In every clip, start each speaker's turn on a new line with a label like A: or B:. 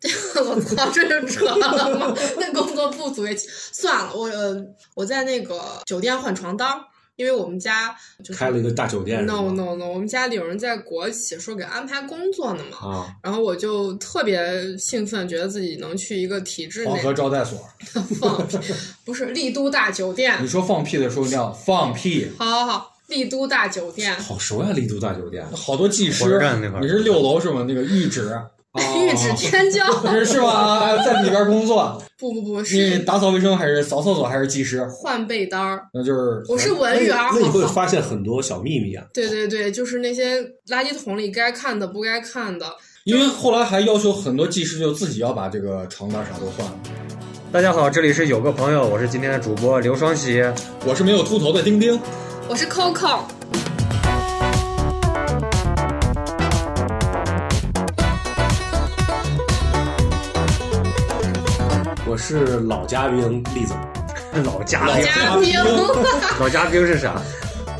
A: 我操，这就扯了吗？那工作不足也算了，我呃我在那个酒店换床单儿，因为我们家就是
B: 开了一个大酒店是
A: no
B: 吗
A: no no，我们家里有人在国企说给安排工作呢嘛，
B: 啊，
A: 然后我就特别兴奋，觉得自己能去一个体制
C: 黄
A: 内
C: 河招待所。
A: 放屁，不是丽都大酒
C: 你
A: 店，
C: 说放屁的时候一定要放屁。
A: 好好好，丽都大酒店，
B: 好熟呀，丽都大酒店
C: 好多技
D: 火
C: 师
D: 车站那块，儿
C: 你是六楼是吗？那个 玉址哦
A: 玉指天骄，
C: 是是吧？在里边工作，
A: 不不不
C: 你
A: 是
C: 打扫卫生还是扫厕所还是技师？
A: 换被单儿，
C: 那就是
A: 我是文员儿，
B: 那你
A: 好
B: 会
A: 好。
B: 发现很多小秘密啊。
A: 对对对，就是那些垃圾桶里该看的不该看的，
C: 因为后来还要求很多技师就自己要把这个床单啥都换了。
D: 大家好，这里是有个朋友，我是今天的主播刘双喜。
C: 我是没有秃头的丁丁，
A: 我是 Coco，
B: 我是老嘉宾栗子，
D: 老嘉
A: 老
D: 宾，
A: 嘉宾，
D: 老嘉宾是啥？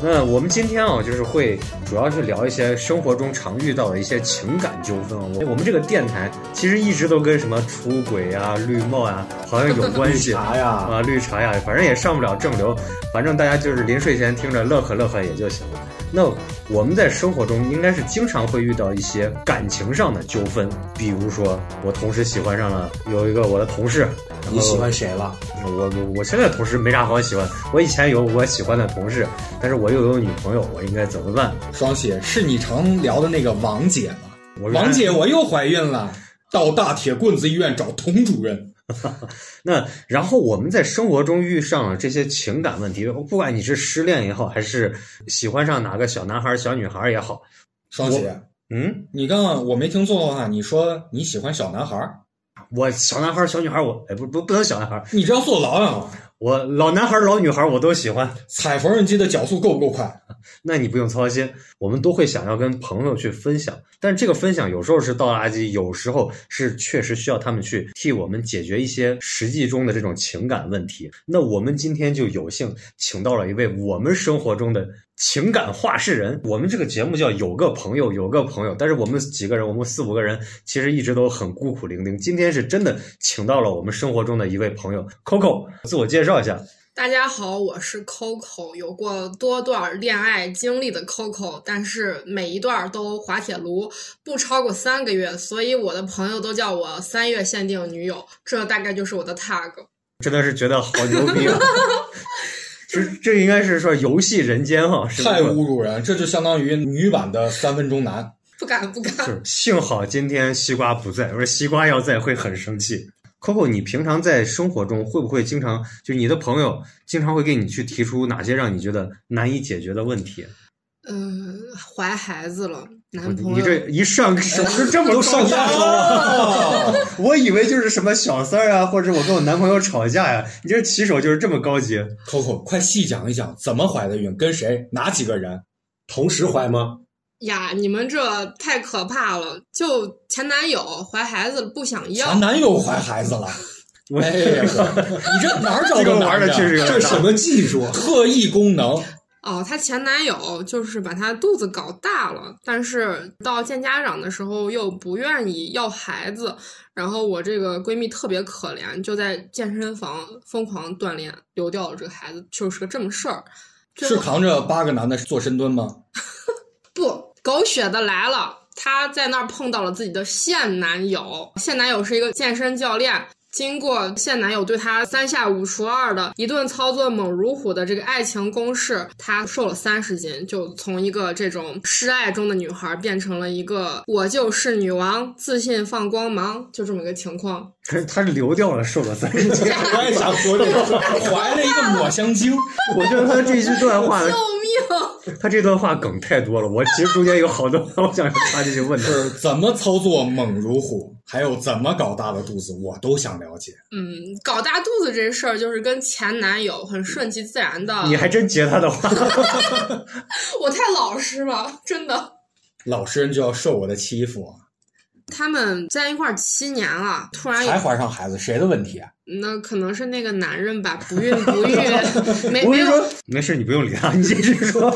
D: 那我们今天啊，就是会主要是聊一些生活中常遇到的一些情感纠纷啊。我我们这个电台其实一直都跟什么出轨啊、绿帽啊，好像有关系。
B: 啥呀？
D: 啊，绿茶呀，反正也上不了正流，反正大家就是临睡前听着乐呵乐呵也就行了。那我们在生活中应该是经常会遇到一些感情上的纠纷，比如说我同时喜欢上了有一个我的同事，然后
B: 你喜欢谁了？
D: 我我我现在同事没啥好喜欢，我以前有我喜欢的同事，但是我又有女朋友，我应该怎么办？
C: 双喜是你常聊的那个王姐吗？
D: 我原来
C: 王姐，我又怀孕了，到大铁棍子医院找童主任。
D: 那然后我们在生活中遇上了这些情感问题，不管你是失恋也好，还是喜欢上哪个小男孩儿、小女孩儿也好，
C: 双喜，
D: 嗯，
C: 你刚刚我没听错的话，你说你喜欢小男孩儿，
D: 我小男孩儿、小女孩儿，我哎不不不能小男孩儿，
C: 你这要坐牢啊！
D: 我老男孩儿、老女孩儿我都喜欢。
C: 踩缝纫机的脚速够不够快？
D: 那你不用操心，我们都会想要跟朋友去分享，但这个分享有时候是倒垃圾，有时候是确实需要他们去替我们解决一些实际中的这种情感问题。那我们今天就有幸请到了一位我们生活中的情感话事人。我们这个节目叫有个朋友，有个朋友，但是我们几个人，我们四五个人，其实一直都很孤苦伶仃。今天是真的请到了我们生活中的一位朋友 Coco，自我介绍一下。
A: 大家好，我是 Coco，有过多段恋爱经历的 Coco，但是每一段都滑铁卢，不超过三个月，所以我的朋友都叫我三月限定女友，这大概就是我的 tag。
D: 真的是觉得好牛逼啊！这这应该是说游戏人间哈、是不
C: 太
D: 是？
C: 侮辱人，这就相当于女版的三分钟男。
A: 不敢不敢，
D: 是幸好今天西瓜不在，不是西瓜要在会很生气。Coco，你平常在生活中会不会经常就你的朋友经常会给你去提出哪些让你觉得难以解决的问题？
A: 嗯，怀孩子了，男朋友。哎
D: 你这一上手就这么
B: 都上
D: 高
B: 价
D: 大
B: 值了。
D: 啊我以为就是什么小三儿啊，或者我跟我男朋友吵架呀、你这起手就是这么高级。
C: Coco，快细讲一讲怎么怀的孕，跟谁，哪几个人？
B: 同时怀吗？
A: 呀，你们这太可怕了！就前男友怀孩子了不想要
C: 前，男友怀孩子了。
D: 我
C: 哎呀，你这哪儿找
D: 这个
C: 的
D: 玩儿的确实有点
C: 这是什么技术？
B: 啊
C: 啊 特异功能？
A: 哦，她前男友就是把她肚子搞大了，但是到见家长的时候又不愿意要孩子，然后我这个闺蜜特别可怜，就在健身房疯狂锻炼，流掉了这个孩子，就是个这么事儿。最
C: 是
A: 后
C: 扛着八个男的做深蹲吗？
A: 不，狗血的来了，她在那儿碰到了自己的现男友，现男友是一个健身教练。经过现男友对她三下五除二的一顿操作猛如虎的这个爱情攻势，她瘦了三十斤，就从一个这种失爱中的女孩变成了一个我就是女王，自信放光芒，就这么一个情况。
D: 可是他流掉了，瘦了三十斤。
C: 我也想说这个， 怀了一个抹香鲸。
D: 我觉得他这句段话
A: 救命！
D: 他这段话梗太多了，我其实中间有好多 我想插进去问他。
C: 是怎么操作猛如虎，还有怎么搞大的肚子，我都想了解。
A: 嗯，搞大肚子这事儿就是跟前男友很顺其自然的。
D: 你还真截他的话，
A: 我太老实了，真的。
C: 老实人就要受我的欺负，啊
A: 他们在一块儿七年了，突然有
C: 才怀上孩子，谁的问题啊？
A: 那可能是那个男人吧，不孕不育，没没
D: 我跟你
A: 有
D: 说，没事，你不用理他，你 继续说。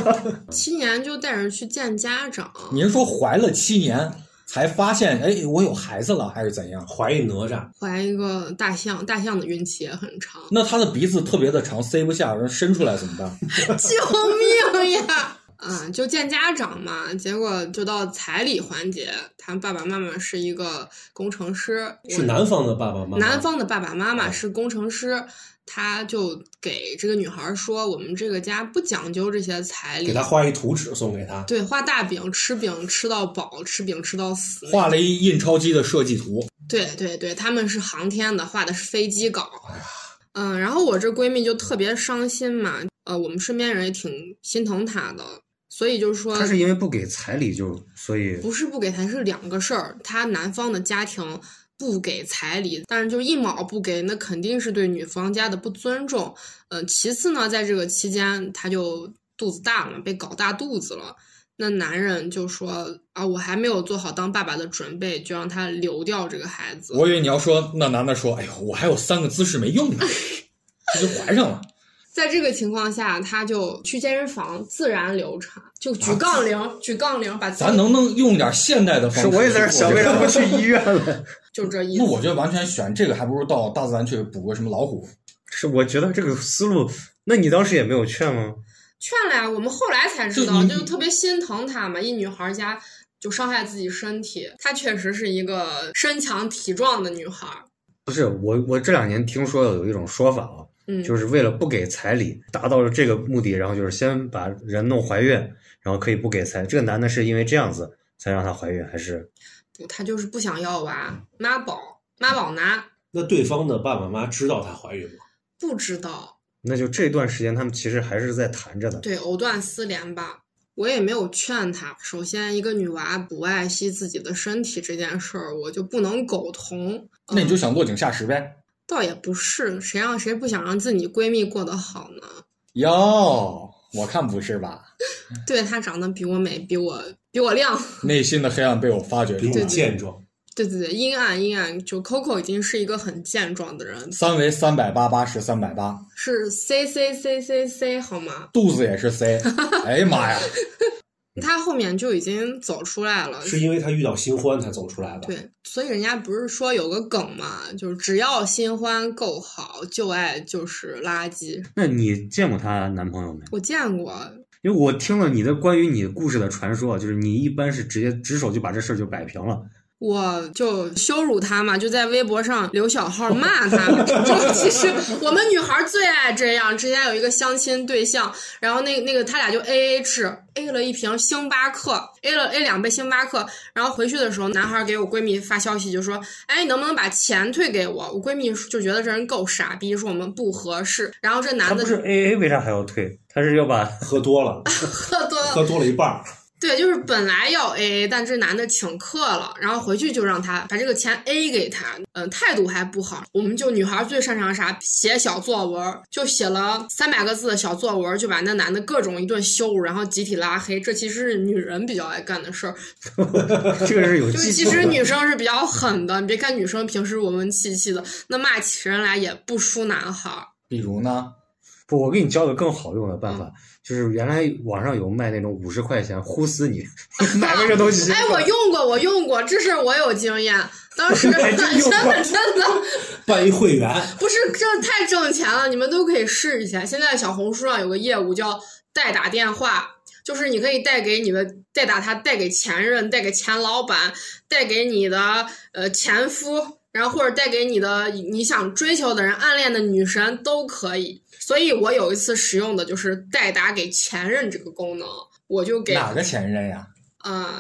A: 七年就带人去见家长。
C: 您说怀了七年才发现，哎，我有孩子了，还是怎样？，
B: 怀疑哪吒，
A: 怀一个大象，大象的孕期也很长
C: 那他的鼻子特别的长，塞不下，伸出来怎么办？
A: 救命呀！ 嗯，就见家长嘛，结果就到彩礼环节，他爸爸妈妈是一个工程师，
B: 是南方的爸爸妈妈，
A: 南方的爸爸妈妈是工程师，他就给这个女孩说：“我们这个家不讲究这些彩
B: 给
A: 礼
B: 他，画一图纸送给他，
A: 对，画大饼吃饼吃到饱，吃饼吃到死。
C: 画了一印钞机的设计图，”
A: 对对对，他们是航天的，画的是飞机稿。嗯，然后我这闺蜜就特别伤心嘛，呃，我们身边人也挺心疼她的，所以就是说，
D: 他是因为不给彩礼就所以
A: 不是不给彩礼是两个事儿，他男方的家庭不给彩礼，但是就一毛不给，那肯定是对女方家的不尊重。呃，其次呢，在这个期间，他就肚子大了，被搞大肚子了。那男人就说啊，我还没有做好当爸爸的准备，就让他流掉这个孩子。
C: 我以为你要说那男的说，哎呦，我还有三个姿势没用呢，这就怀上了。
A: 在这个情况下，他就去健身房自然流产，就举杠铃，举杠铃把自己
C: 啊咱能不能用点现代的方
D: 是
C: 式？
D: 我也在这儿想为什么不去医院了？
A: 就这意
C: 那
A: 思。
C: 我觉得完全选这个，还不如到大自然去捕个什么老虎。
D: 是我觉得这个思路，那你当时也没有劝吗？
A: 劝了呀，我们后来才知
C: 就
A: 道，
C: 你
A: 就特别心疼她嘛，一女孩儿家就伤害自己身体，她确实是一个身强体壮的女孩儿，
D: 不是我，我这两年听说有一种说法啊，
A: 嗯，
D: 就是为了不给彩礼，达到了这个目的，然后就是先把人弄怀孕，然后可以不给彩。这个男的是因为这样子才让她怀孕，还是
A: 不她就是不想要娃，妈宝妈宝男
B: 那对方的爸爸妈妈知道她怀孕吗？
A: 不知道，
D: 那就这段时间他们其实还是在谈着的。
A: 对，藕断丝连吧。我也没有劝她。首先，一个女娃不爱惜自己的身体这件事儿，我就不能苟同。
C: 那你就想落井下石呗？
A: 倒也不是，谁让谁不想让自己闺蜜过得好呢？
C: 哟，我看不是吧？
A: 对她长得比我美，比我比我亮，
C: 内心的黑暗被我发掘
B: 比
C: 出
B: 你
C: 来。
B: 健壮，
A: 对对对，阴暗阴暗，就 Coco 已经是一个很健壮的人，
C: 三围三百八八十三百八，
A: 是 C C C C C 好吗？
C: 肚子也 是 C。哎呀妈呀！
A: 他后面就已经走出来了，
B: 是因为她遇到新欢才走出来的。
A: 对，所以人家不是说有个梗嘛，就是只要新欢够好，旧爱就是垃圾。
D: 那你见过她男朋友没？
A: 我见过，
D: 因为我听了你的关于你故事的传说啊，就是你一般是直接只手就把这事儿就摆平了。
A: 我就羞辱他嘛，就在微博上留小号骂他。 就其实我们女孩最爱这样。之前有一个相亲对象，然后那那个他俩就 A A 制，A 了一瓶星巴克，A 了 A 两杯星巴克。然后回去的时候，男孩给我闺蜜发消息就说：“哎，你能不能把钱退给我？”我闺蜜就觉得这人够傻逼，说我们不合适。然后这
D: 他
A: 男的
D: 不是 A A，为啥还要退？他是 要把
B: 喝多了，
A: 喝多了，
B: 喝多了一半儿，
A: 对，就是本来要 A A，但这男的请客了，然后回去就让他把这个钱 A 给他，嗯、态度还不好。我们就女孩最擅长啥？写小作文儿，就写了三百个字的小作文儿，就把那男的各种一顿羞辱，然后集体拉黑。这其实是女人比较爱干的事儿，
D: 这个是有
A: 就
D: 技
A: 是其
D: 术
A: 实
D: 的。
A: 女生是比较狠的。你别看女生平时文文气气的，那骂起人来也不输男孩儿。
C: 比如呢？
D: 不，我给你教个更好用的办
A: 嗯
D: 法，就是原来网上有卖那种五十块钱呼死 你，买个这东西。
A: 哎，我用过，我用过，这事儿我有经验。当 时真的 真的。
B: 办一会员，
A: 不是，这太挣钱了，你们都可以试一下。现在小红书上有个业务叫代打电话，就是你可以带给你的代打他，带给前任，带给前老板，带给你的呃前夫，然后或者带给你的你想追求的人、暗恋的女神都可以。所以我有一次使用的就是代打给前任这个功能，我就给
C: 哪个前任呀？
A: 呃，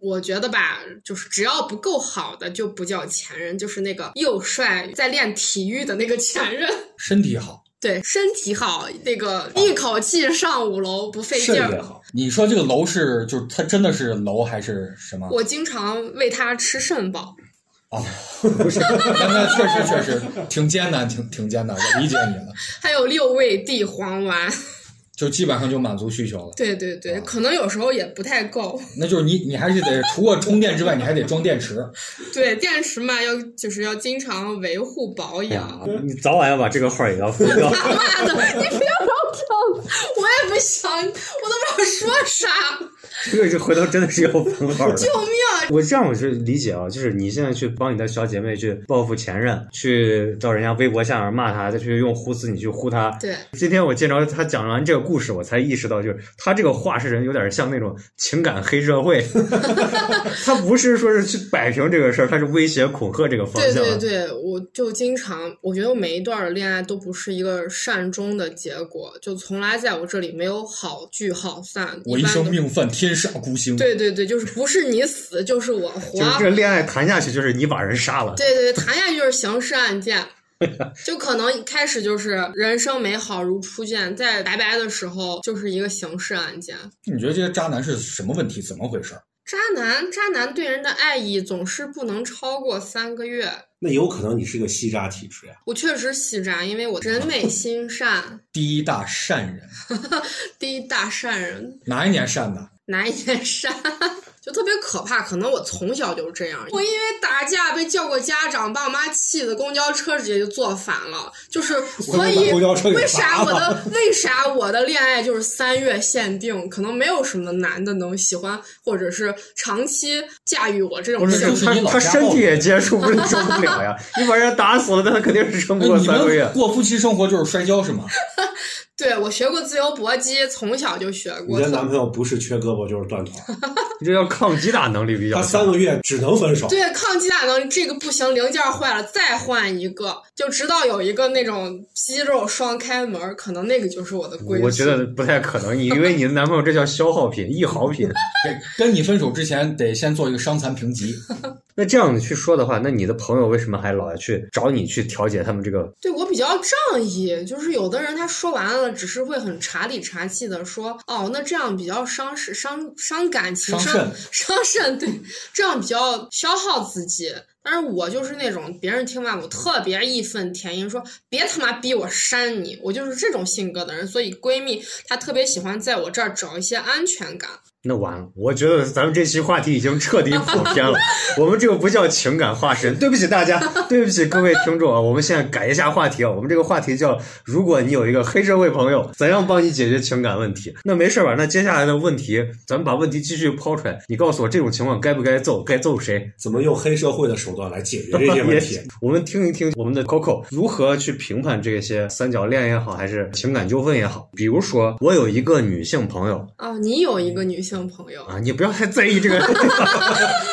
A: 我觉得吧，就是只要不够好的就不叫前任，就是那个又帅在练体育的那个前任，
C: 身体好。
A: 对，身体好，那个一口气上五楼不费劲
B: 肾也
A: 儿。
B: 好，
C: 你说这个楼是，就是它真的是楼还是什么？
A: 我经常喂他吃肾宝，
C: 哦，不是，那那确实确实挺艰难，挺挺艰难，我理解你了，
A: 还有六味地黄丸。
C: 就基本上就满足需求了。
A: 对对对，可能有时候也不太够。
C: 那就是你，你还是得除了充电之外，你还得装 电池。
A: 对，电池嘛，要就是要经常维护保
D: 哎
A: 养
D: 呀。，你早晚要把这个号也要封 掉。
A: 妈的，你不要让我这样，我也不想，我都不知道说啥。
D: 这个是回头真的是有封号的。
A: 救命！啊
D: 我这样我是理解啊，就是你现在去帮你的小姐妹去报复前任，去到人家微博下面骂她，再去用呼死你去呼她。
A: 对，
D: 今天我见着他讲完这个故事，我才意识到，就是他这个话事人有点像那种情感黑社 会，他不是说是去摆平这个事儿，他是威胁恐吓这个方
A: 对
D: 向。
A: 对对，我就经常，我觉得我每一段恋爱都不是一个善终的结果，就从来在我这里没有好聚好散。
C: 我一
A: 般
C: 生
A: 都
C: 命犯天煞孤星。
A: 对对对，就是不是你死就是 我活。
D: 就是这恋爱谈下去，就是你把人杀了。
A: 对对，谈下去就是刑事案件，就可能一开始就是人生美好如初见，在拜拜的时候就是一个刑事案件。
C: 你觉得这些渣男是什么问题？怎么回事？
A: 渣男，渣男对人的爱意总是不能超过三个月。
B: 那有可能你是个吸渣体质呀。
A: 我确实喜渣，因为我人美心善，
C: 第一大善人，
A: 第一大善人，
C: 哪一年善的？
A: 难言善， 就特别可怕。可能我从小就是这样，我因为打架被叫过家长，把我妈气的公交车直接就坐反了。就是所
B: 我以
A: 以
B: 为把公交车给
A: 为啥
B: 砸
A: 我
B: 了
A: 的为啥我的恋爱就是三月限定？可能没有什么男的能喜欢，或者是长期驾驭我这种
D: 不是，
A: 性
C: 就
A: 格
C: 是
D: 他
C: 你老
D: 他
C: 家
D: 身
C: 暴
D: 体
C: 力
D: 也接触不 了，受不了呀！你把人打死了，那他肯定是撑不
C: 哎
D: 过
C: 你
D: 三个月
C: 们。过夫妻生活就是摔跤是吗？
A: 对我学过自由搏击，从小就学
B: 你
A: 过。
B: 的男朋友不是缺胳膊就是断腿儿，
D: 你这要抗击打能力比较
B: 他
D: 强。
B: 三个月只能分手。
A: 对，抗击打能力这个不行，零件坏了再换一个，就直到有一个那种肌肉双开门，可能那个就是我的归宿。
D: 我觉得不太可能，你因为你的男朋友这叫消耗品、易耗品。
C: 跟跟你分手之前得先做一个伤残评级，
D: 那这样去说的话，那你的朋友为什么还老要去找你去调解他们这个？
A: 对我比较仗义，就是有的人他说完了，只是会很茶里茶气的说，哦，那这样比较伤是伤伤感情，
C: 伤
A: 伤伤肾，对，这样比较消耗自己。但是我就是那种别人听完我特别义愤填膺，说别他妈逼我删你，我就是这种性格的人，所以闺蜜她特别喜欢在我这儿找一些安全感。
D: 那完了，我觉得咱们这期话题已经彻底跑偏了。我们这个不叫情感化身，对不起大家，对不起各位听众啊。我们现在改一下话题啊，我们这个话题叫：如果你有一个黑社会朋友，怎样帮你解决情感问题？那没事吧？那接下来的问题，咱们把问题继续抛出来。你告诉我，这种情况该不该揍？该揍谁？
B: 怎么用黑社会的手段来解决这些问 题？
D: 我们听一听我们的 Coco 如何去评判这些三角恋也好，还是情感纠纷也好。比如说，我有一个女性朋友
A: 哦，你有一个女性朋友，
D: 啊，你不要太在意这个，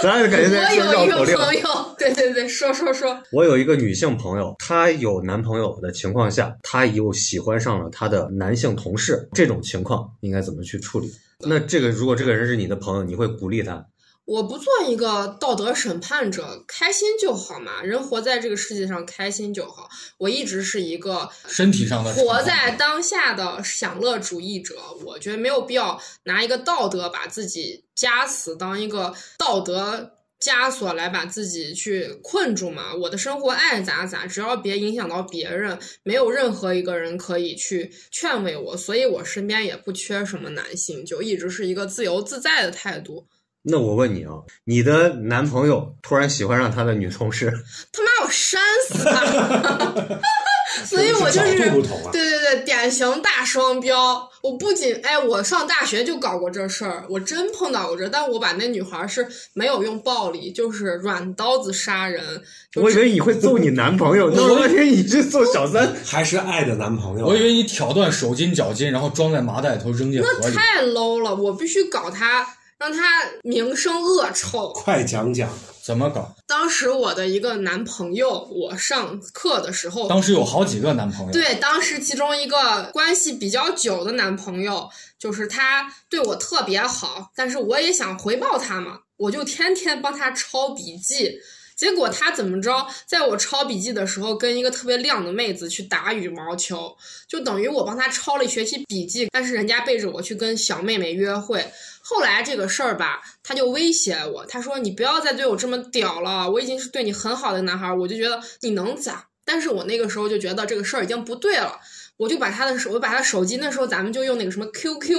D: 咱俩感觉在
A: 我
D: 听
A: 有一
D: 绕口
A: 个
D: 令。
A: 朋友，对对对，说说说，
D: 我有一个女性朋友，她有男朋友的情况下，她又喜欢上了她的男性同事，这种情况应该怎么去处理？那这个如果这个人是你的朋友，你会鼓励他？
A: 我不做一个道德审判者，开心就好嘛。人活在这个世界上，开心就好。我一直是一个
C: 身体上的惩罚
A: 活在当下的享乐主义者，我觉得没有必要拿一个道德把自己枷死，当一个道德枷锁来把自己去困住嘛。我的生活爱咋咋，只要别影响到别人，没有任何一个人可以去劝慰我，所以我身边也不缺什么男性，就一直是一个自由自在的态度。
D: 那我问你啊，你的男朋友突然喜欢上他的女同事，
A: 他妈，我扇死他！ 所以我就
B: 角
A: 是
B: 度不同啊。
A: 对对对，典型大双标。我不仅哎，我上大学就搞过这事儿，我真碰到过这，但我把那女孩是没有用暴力，就是软刀子杀人。就
D: 我以
A: 是
D: 为你会揍你男 朋友，那我以为你去揍小三。
B: 还是爱的男朋友。啊
C: 我以为你挑断手筋脚筋，然后装在麻袋里头扔进河里。
A: 太 low 了，我必须搞她，让她名声恶臭。
B: 快讲讲，
C: 怎么搞？
A: 当时我的一个男朋友，我上课的时候，
C: 当时有好几个男朋友，
A: 对，当时其中一个关系比较久的男朋友，就是他对我特别好，但是我也想回报他嘛，我就天天帮他抄笔记。结果他怎么着，在我抄笔记的时候，跟一个特别靓的妹子去打羽毛球，就等于我帮他抄了一学期笔记，但是人家背着我去跟小妹妹约会。后来这个事儿吧，他就威胁我，他说你不要再对我这么屌了，我已经是对你很好的男孩儿，我就觉得你能咋？但是我那个时候就觉得这个事儿已经不对了，我就把他的手，我把他手机，那时候咱们就用那个什么 QQ，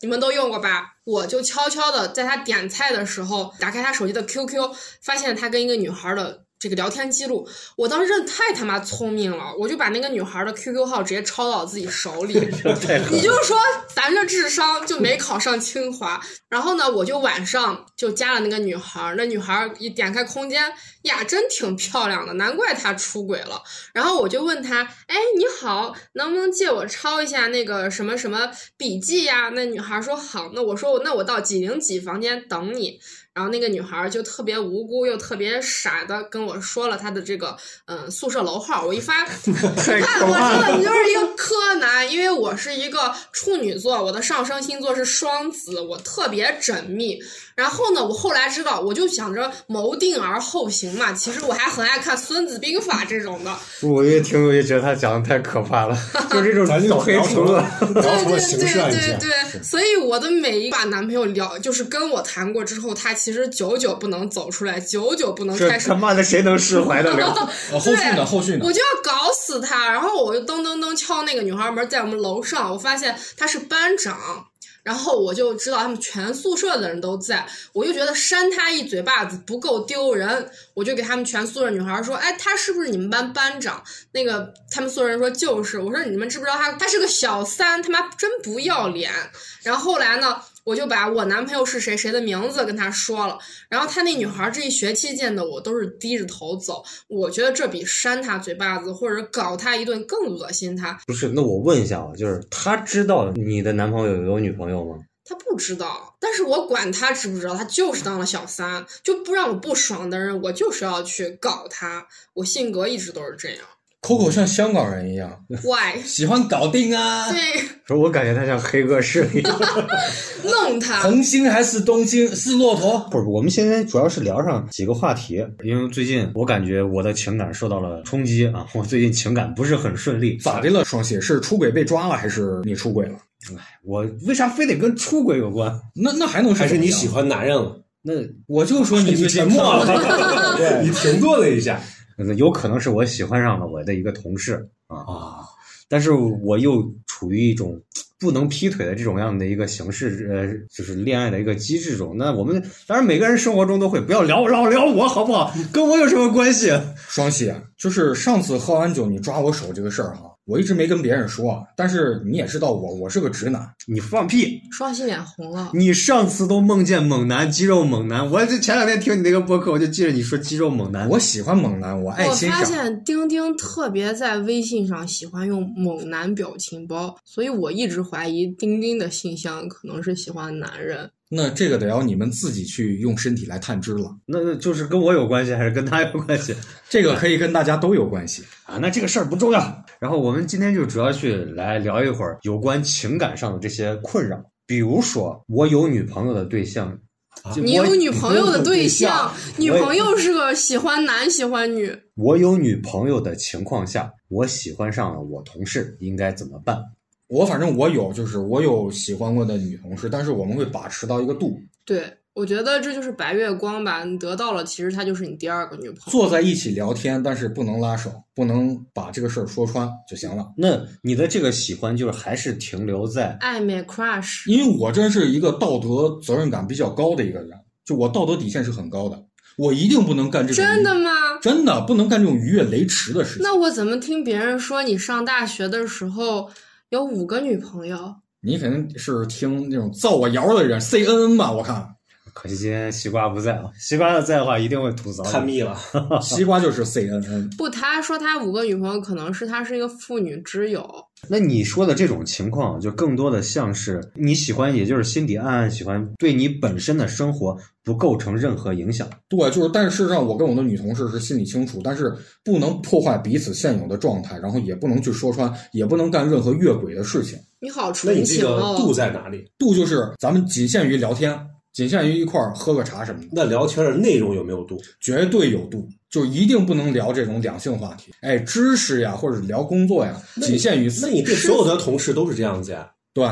A: 你们都用过吧？我就悄悄的在他点菜的时候打开他手机的 QQ，发现他跟一个女孩儿的这个聊天记录，我当时真的太他妈聪明了，我就把那个女孩的 QQ 号直接抄到我自己手 里。
D: 太狠
A: 你
D: 了。
A: 就说咱这智商就没考上清华，然后呢，我就晚上就加了那个女孩儿，那女孩儿一点开空间呀，真挺漂亮的，难怪她出轨了。然后我就问她，哎，你好，能不能借我抄一下那个什么什么笔记呀？那女孩儿说好，那我说那我到几零几房间等你。然后那个女孩儿就特别无辜又特别傻的跟我说了她的这个嗯、呃宿舍楼号，我一发
D: 太
A: 看
D: 可
A: 我
D: 怕
A: 真的
D: 了！
A: 你就是一个柯南，因为我是一个处女座，我的上升星座是双子，我特别缜密。然后呢，我后来知道，我就想着谋定而后行嘛。其实我还很爱看《孙子兵法》这种的，
D: 我越听我越觉得他讲的太可怕了，就这种
B: 咱就
D: 小黑
B: 聊成
D: 除
B: 了
D: 了。
A: 对
B: 聊成
A: 对
B: 了刑事案
A: 对对
B: 件，
A: 对，所以我的每一把男朋友聊，就是跟我谈过之后，他其实久久不能走出来，久久不能
D: 这
A: 开始
D: 他妈的谁能释怀得了？
C: 呃，后续呢？后续呢
A: 我？就要搞死他，然后我就噔噔噔敲那个女孩门，在我们楼上，我发现她是班长，然后我就知道他们全宿舍的人都在，我就觉得扇她一嘴巴子不够丢人，我就给他们全宿舍女孩说，哎，她是不是你们班班长？那个他们宿舍人说就是，我说你们知不知道她她是个小三，他妈真不要脸。然后后来呢，我就把我男朋友是谁谁的名字跟她说了，然后她那女孩儿这一学期见的我都是低着头走，我觉得这比扇她嘴巴子或者搞她一顿更恶心她。
D: 不是，那我问一下啊，就是他知道你的男朋友有女朋友吗？
A: 她不知道，但是我管她知不知道，她就是当了小三，就不让我不爽的人，我就是要去搞她。我性格一直都是 这样
C: Coco 像香港人一样，
A: ，why？
C: 喜欢搞定啊，
A: 对，
D: 说我感觉他像黑恶势力。
A: 弄她。
C: 恒星还是东京是骆驼？
D: 不是，我们现在主要是聊上几个话题，因为最近我感觉我的情感受到了冲击啊，我最近情感不是很顺利。
C: 咋的了？双喜是出轨被抓了，还是你出轨了？
D: 我为啥非得跟出轨有关？
C: 那那还能
B: 还是你喜
C: 喜欢？
B: 欢男人了？
D: 那
C: 我就说你最
B: 你
C: 近
B: 沉默
C: 看
B: 了， 你停顿了一下
D: 那呃有可能是我喜欢上了我的一个同事啊，
B: 啊，
D: 但是我又处于一种不能劈腿的这种样的一个形式，呃，就是恋爱的一个机制中。那我们当然每个人生活中都会，不要聊老聊我好不好？跟我有什么关系？
C: 双喜啊，就是上次喝完酒你抓我手这个事儿哈，我一直没跟别人说啊，但是你也知道我，我是个直男，
D: 你放屁！
A: 双喜脸红了，
D: 你上次都梦见猛男、肌肉猛男，我这前两天听你那个播客，我就记着你说肌肉猛男。
C: 我喜欢猛男，我爱
A: 我
C: 欣
A: 发
C: 赏。
A: 现丁丁特别在微信上喜欢用猛男表情包，所以我一直怀疑丁丁的性向可能是喜欢男人。
C: 那这个得要你们自己去用身体来探知了，
D: 那那就是跟我有关系还是跟他有关系
C: 这个可以跟大家都有关系。
D: 啊？那这个事儿不重要。然后我们今天就主要去来聊一会儿有关情感上的这些困扰，比如说我有女朋友的对象，就
A: 你
D: 我
A: 有女朋友的对象，女
D: 我也
A: 朋友是个喜欢男喜欢女，
D: 我有女朋友的情况下，我喜欢上了我同事，应该怎么办？
C: 我反正我有，就是我有喜欢过的女同事，但是我们会把持到一个度，
A: 对我觉得这就是白月光吧。你得到了，其实她就是你第二个女朋友。
C: 坐在一起聊天，但是不能拉手，不能把这个事儿说穿就行了。
D: 那你的这个喜欢就是还是停留在
A: 暧昧 crush，
C: 因为我真是一个道德责任感比较高的一个人，就我道德底线是很高的，我一定不能干这种
A: 真的吗？
C: 真的不能干这种逾越雷池的事情。
A: 那我怎么听别人说你上大学的时候有五个女朋友？
C: 你肯定是听那种造我谣的人 C N N 吧？我看
D: 可惜今天西瓜不在啊，西瓜要在的话一定会吐槽
B: 看
D: 你。
B: 腻了。
C: 西瓜就是 C N N，
A: 不，他说他五个女朋友，可能是他是一个妇女之友。
D: 那你说的这种情况，就更多的像是你喜欢，也就是心底暗暗喜欢，对你本身的生活不构成任何影响。
C: 对，就是但是事实上我跟我的女同事是心里清楚，但是不能破坏彼此现有的状态，然后也不能去说穿，也不能干任何越轨的事情。
A: 你好
B: 那
A: 纯
B: 你这
A: 情
B: 个度
A: 哦！
B: 在哪里？
C: 度就是咱们仅限于聊天，仅限于一块儿喝个茶什么的。
B: 那聊天的内容有没有度？
C: 绝对有度，就一定不能聊这种两性话题。哎，知识呀，或者是聊工作呀，
B: 那你
C: 仅限于此
B: 那。你对所有的同事都是这样子呀？
C: 对，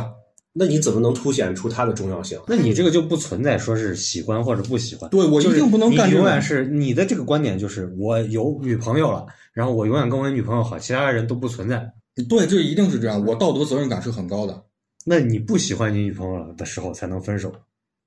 B: 那你怎么能凸显出它的重要性？
D: 那你这个就不存在说是喜欢或者不喜欢。
C: 对我一定不能干
D: 你
C: 这
D: 永远
C: 种。
D: 是你的这个观点就是我有女朋友了，然后我永远跟我女朋友好，其他人都不存在。
C: 对，这一定是这样。我道德责任感是很高的，
D: 那你不喜欢你女朋友了的时候才能分手。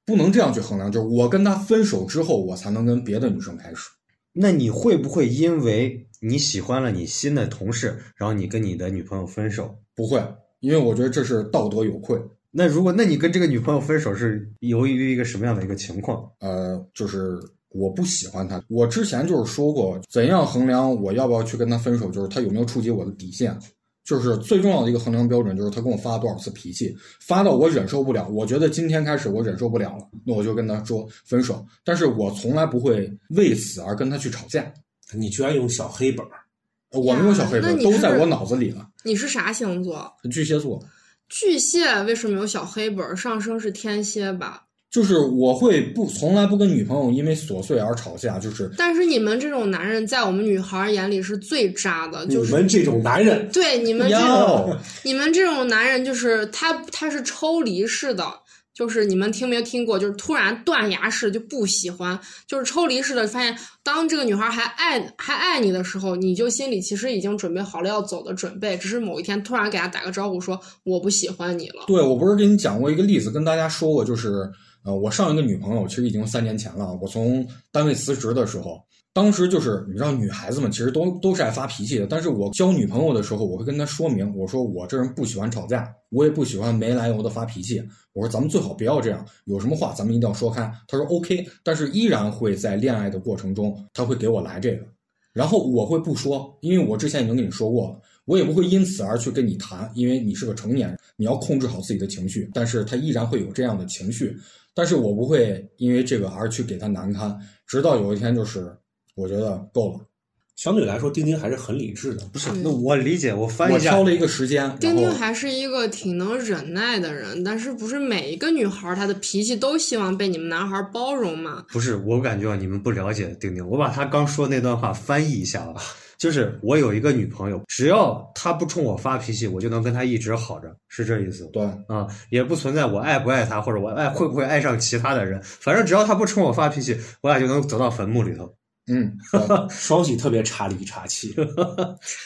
C: 不能这样去衡量。就是我跟他分手之后，我才能跟别的女生开始。
D: 那你会不会因为你喜欢了你新的同事，然后你跟你的女朋友分手？
C: 不会，因为我觉得这是道德有愧。
D: 那如果那你跟这个女朋友分手是由于一个什么样的一个情况？
C: 呃，就是我不喜欢他。我之前就是说过，怎样衡量我要不要去跟他分手，就是他有没有触及我的底线。就是最重要的一个衡量标准，就是他跟我发了多少次脾气，发到我忍受不了。我觉得今天开始我忍受不了了，那我就跟他说分手。但是我从来不会为此而跟他去吵架，
B: 你居然用小黑本儿，
C: 我没有小黑
A: 那
C: 本，
A: 你
C: 都
A: 是
C: 在我脑子里了。
A: 你是啥星座？
C: 巨蟹座，
A: 巨蟹为什么有小黑本儿？上升是天蝎吧？
C: 就是我会不从来不跟女朋友因为琐碎而吵架，就是
A: 但是你们这种男人，在我们女孩儿眼里是最渣的，
B: 你
A: 就是
B: 们这种男人，
A: 对你们这种
C: 要
A: 你们这种男人，就是他他是抽离式的，就是你们听没听过？就是突然断崖式就不喜欢，就是抽离式的。发现当这个女孩还爱还爱你的时候，你就心里其实已经准备好了要走的准备，只是某一天突然给他打个招呼说我不喜欢你了。
C: 对我不是跟你讲过一个例子，跟大家说过，就是呃，我上一个女朋友其实已经三年前了，我从单位辞职的时候，当时就是你知道女孩子们其实都都是爱发脾气的，但是我交女朋友的时候，我会跟她说明，我说我这人不喜欢吵架，我也不喜欢没来由的发脾气，我说咱们最好不要这样，有什么话咱们一定要说开。她说 OK，但是依然会在恋爱的过程中，她会给我来这个。然后我会不说，因为我之前已经跟你说过了，我也不会因此而去跟你谈，因为你是个成年人，你要控制好自己的情绪。但是他依然会有这样的情绪，但是我不会因为这个而去给他难堪，直到有一天就是我觉得够了，
B: 相对来说，丁丁还是很理智的。
D: 不是，那我理解，我翻译
C: 我
D: 一下
C: 挑了一个时间，
A: 丁
C: 然后
A: 丁还是一个挺能忍耐的人，但是不是每一个女孩儿她的脾气都希望被你们男孩儿包容嘛？
D: 不是，我感觉啊，你们不了解丁丁，我把他刚说那段话翻译一下啊，就是我有一个女朋友，只要她不冲我发脾气，我就能跟她一直好着，是这意思吗？
C: 对
D: 啊、也不存在我爱不爱她，或者我爱会不会爱上其他的人，反正只要她不冲我发脾气，我俩就能走到坟墓里头。
C: 嗯，对
B: 双喜特别差里差气，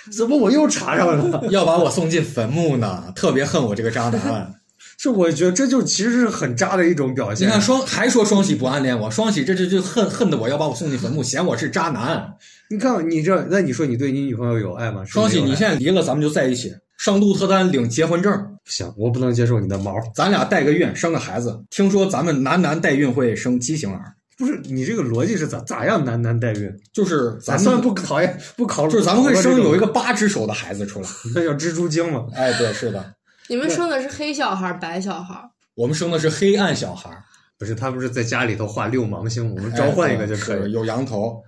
D: 怎么我又查上了？
C: 要把我送进坟墓呢，特别恨我这个渣男。啊
D: 这我觉得这就其实是很渣的一种表
C: 你
D: 现。
C: 看双还说双喜不暗恋我，双喜这这就恨恨得我要把我送进坟墓，嫌我是渣男。
D: 你看你这，那你说你对你女朋友有爱吗？是不
C: 双
D: 是
C: 喜，
D: 有爱
C: 你现在离了，咱们就在一起，上鹿特丹领结婚证，
D: 不行，我不能接受你的毛。
C: 咱俩带个孕，生个孩子。听说咱们男男代孕会生畸形儿，
D: 不是你这个逻辑是咋咋样男男代孕？
C: 就是咱
D: 咱算
C: 们
D: 不考验不考虑，
C: 就是咱们会生有一
D: 个
C: 个八只手的孩子出 来。
D: 那叫蜘蛛精嘛？
C: 哎，对，是的，
A: 你们生的是黑小孩儿、白小孩儿，
C: 我们生的是黑暗小孩儿，
D: 不是，他不是在家里头画六芒星，我们召唤一个就可
C: 哎对
D: 以。
C: 是有羊头，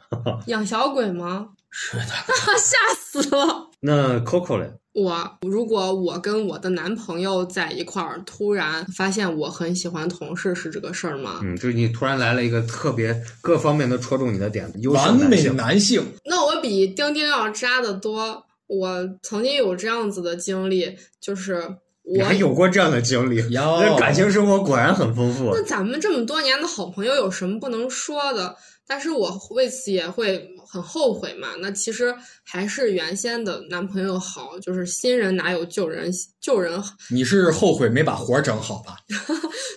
A: 养小鬼吗？
B: 是的，
A: 吓死了！
D: 那 Coco 嘞，
A: 我如果我跟我的男朋友在一块儿，突然发现我很喜欢同事，是这个事儿吗？
D: 嗯，就是你突然来了一个特别各方面都戳中你的点，优秀
C: 完
D: 男
C: 美
D: 性。
C: 男性。
A: 那我比丁丁要渣得多。我曾经有这样子的经历，就是
D: 你
A: 我
D: 还有过这样的经历？
C: 哟
D: 那感情生活果然很丰富啊
A: 那。咱们这么多年的好朋友有什么不能说的？但是我为此也会很后悔嘛。那其实还是原先的男朋友好，就是新人哪有旧人旧人好。
C: 你是后悔没把活儿整好吧？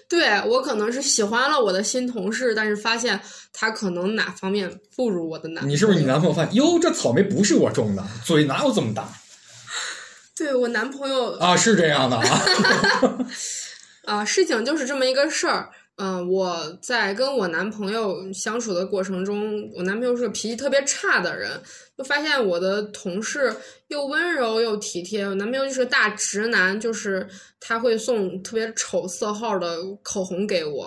A: 对我可能是喜欢了我的新同事，但是发现他可能哪方面不如我的男。
C: 你是不是你男朋友发现哟，这草莓不是我种的，嘴哪有这么大
A: 对我男朋友啊、
C: 啊？是这样的啊，
A: 事情就是这么一个事儿。嗯、我在跟我男朋友相处的过程中，我男朋友是个脾气特别差的人，就发现我的同事又温柔又体贴，我男朋友就是个大直男，就是他会送特别丑色号的口红给我，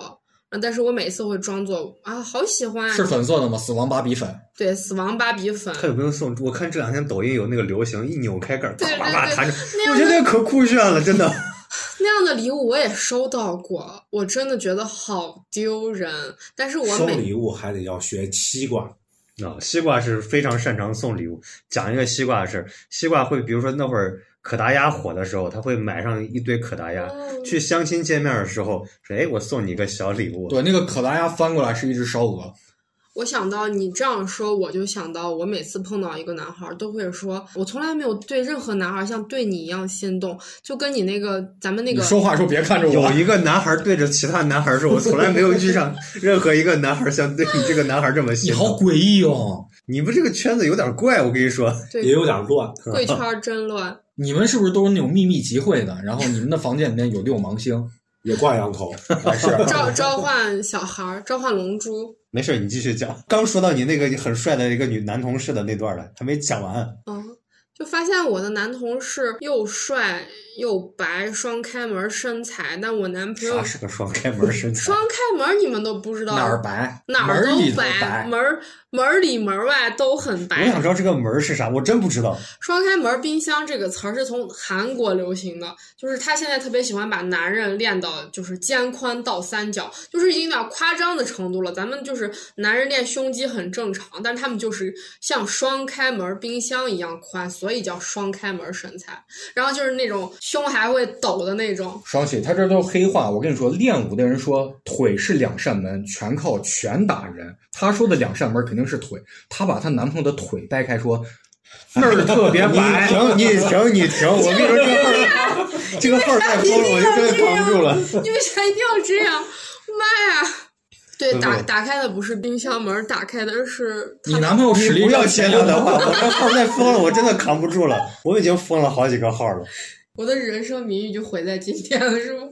A: 啊但是我每次会装作啊好喜欢啊，
C: 是粉色的吗？死亡芭比粉。
A: 对死亡芭比粉，
D: 他有没有送？我看这两天抖音有那个流行，一扭开盖儿，
A: 对
D: 啪
A: 对
D: 啪啪
A: 对
D: 弹着，
A: 那
D: 我
A: 样
D: 觉得可酷炫了，真的。
A: 那样的礼物我也收到过，我真的觉得好丢人。但是我
B: 收
A: 每
B: 礼物还得要学西瓜，
D: 啊、西瓜是非常擅长送礼物。讲一个西瓜的事儿，西瓜会，比如说那会儿可达鸭火的时候，他会买上一堆可达鸭。
A: 嗯
D: 啊去相亲见面的时候，说：“哎，我送你一个小礼物。”
C: 对，那个可达鸭翻过来是一只烧鹅，
A: 我想到你这样说，我就想到我每次碰到一个男孩儿，都会说，我从来没有对任何男孩儿像对你一样心动，就跟你那个咱们那
C: 你
A: 个
C: 说话的时候别看着我
D: 有。啊一个男孩对着其他男孩说：“我从来没有遇上任何一个男孩像对你这个男孩这么
C: 你
D: 心
C: 好
D: 动。
C: 诡异哦！
D: 你们这个圈子有点怪，我跟你说，
B: 也
A: 对，
B: 有点乱。
A: 贵圈儿真乱。
C: 你们是不是都是那种秘密集会的？然后你们的房间里面有六芒星，
B: 也挂羊头，
C: 还是
A: 召召唤小孩儿，召唤龙珠。
D: 没事，你继续讲。刚说到你那个很帅的一个女男同事的那段了，还没讲完。
A: 嗯，就发现我的男同事又帅又白，双开门身材，但我男朋友
D: 啥是个双开门身材
A: 双？开门你们都不知道
C: 哪儿白
A: 哪
C: 门
A: 儿都
C: 里头
A: 白，门儿门儿里门儿外都很
D: 我想
A: 白
D: 知。道这个门是啥，我真不知道。
A: 双开门冰箱这个词儿是从韩国流行的，就是他现在特别喜欢把男人练到就是肩宽倒三角，就是已经有点夸张的程度了。咱们就是男人练胸肌很正常，但是他们就是像双开门冰箱一样宽，所以叫双开门身材。然后就是那种胸还会抖的那种，
C: 双喜，他这都是黑话。我跟你说，练武的人说腿是两扇门，全靠拳打人。他说的两扇门肯定是腿。他把她男朋友的腿掰开说，那儿特别
D: 你
C: 白。
D: 停，你停，你停！我跟你说，这个号儿，这个号儿太疯了，我就真的扛不住了。
A: 你为啥一定要这样？妈呀！对，
D: 对
A: 打
D: 对
A: 打开的不是冰箱门，打开的是
C: 你男朋友实
D: 你
C: 力
D: 不要
C: 让
D: 接他的话，我这号儿太疯了，我真的扛不住了。我已经封了好几个号了。
A: 我的人生名誉就毁在今天了，是吗？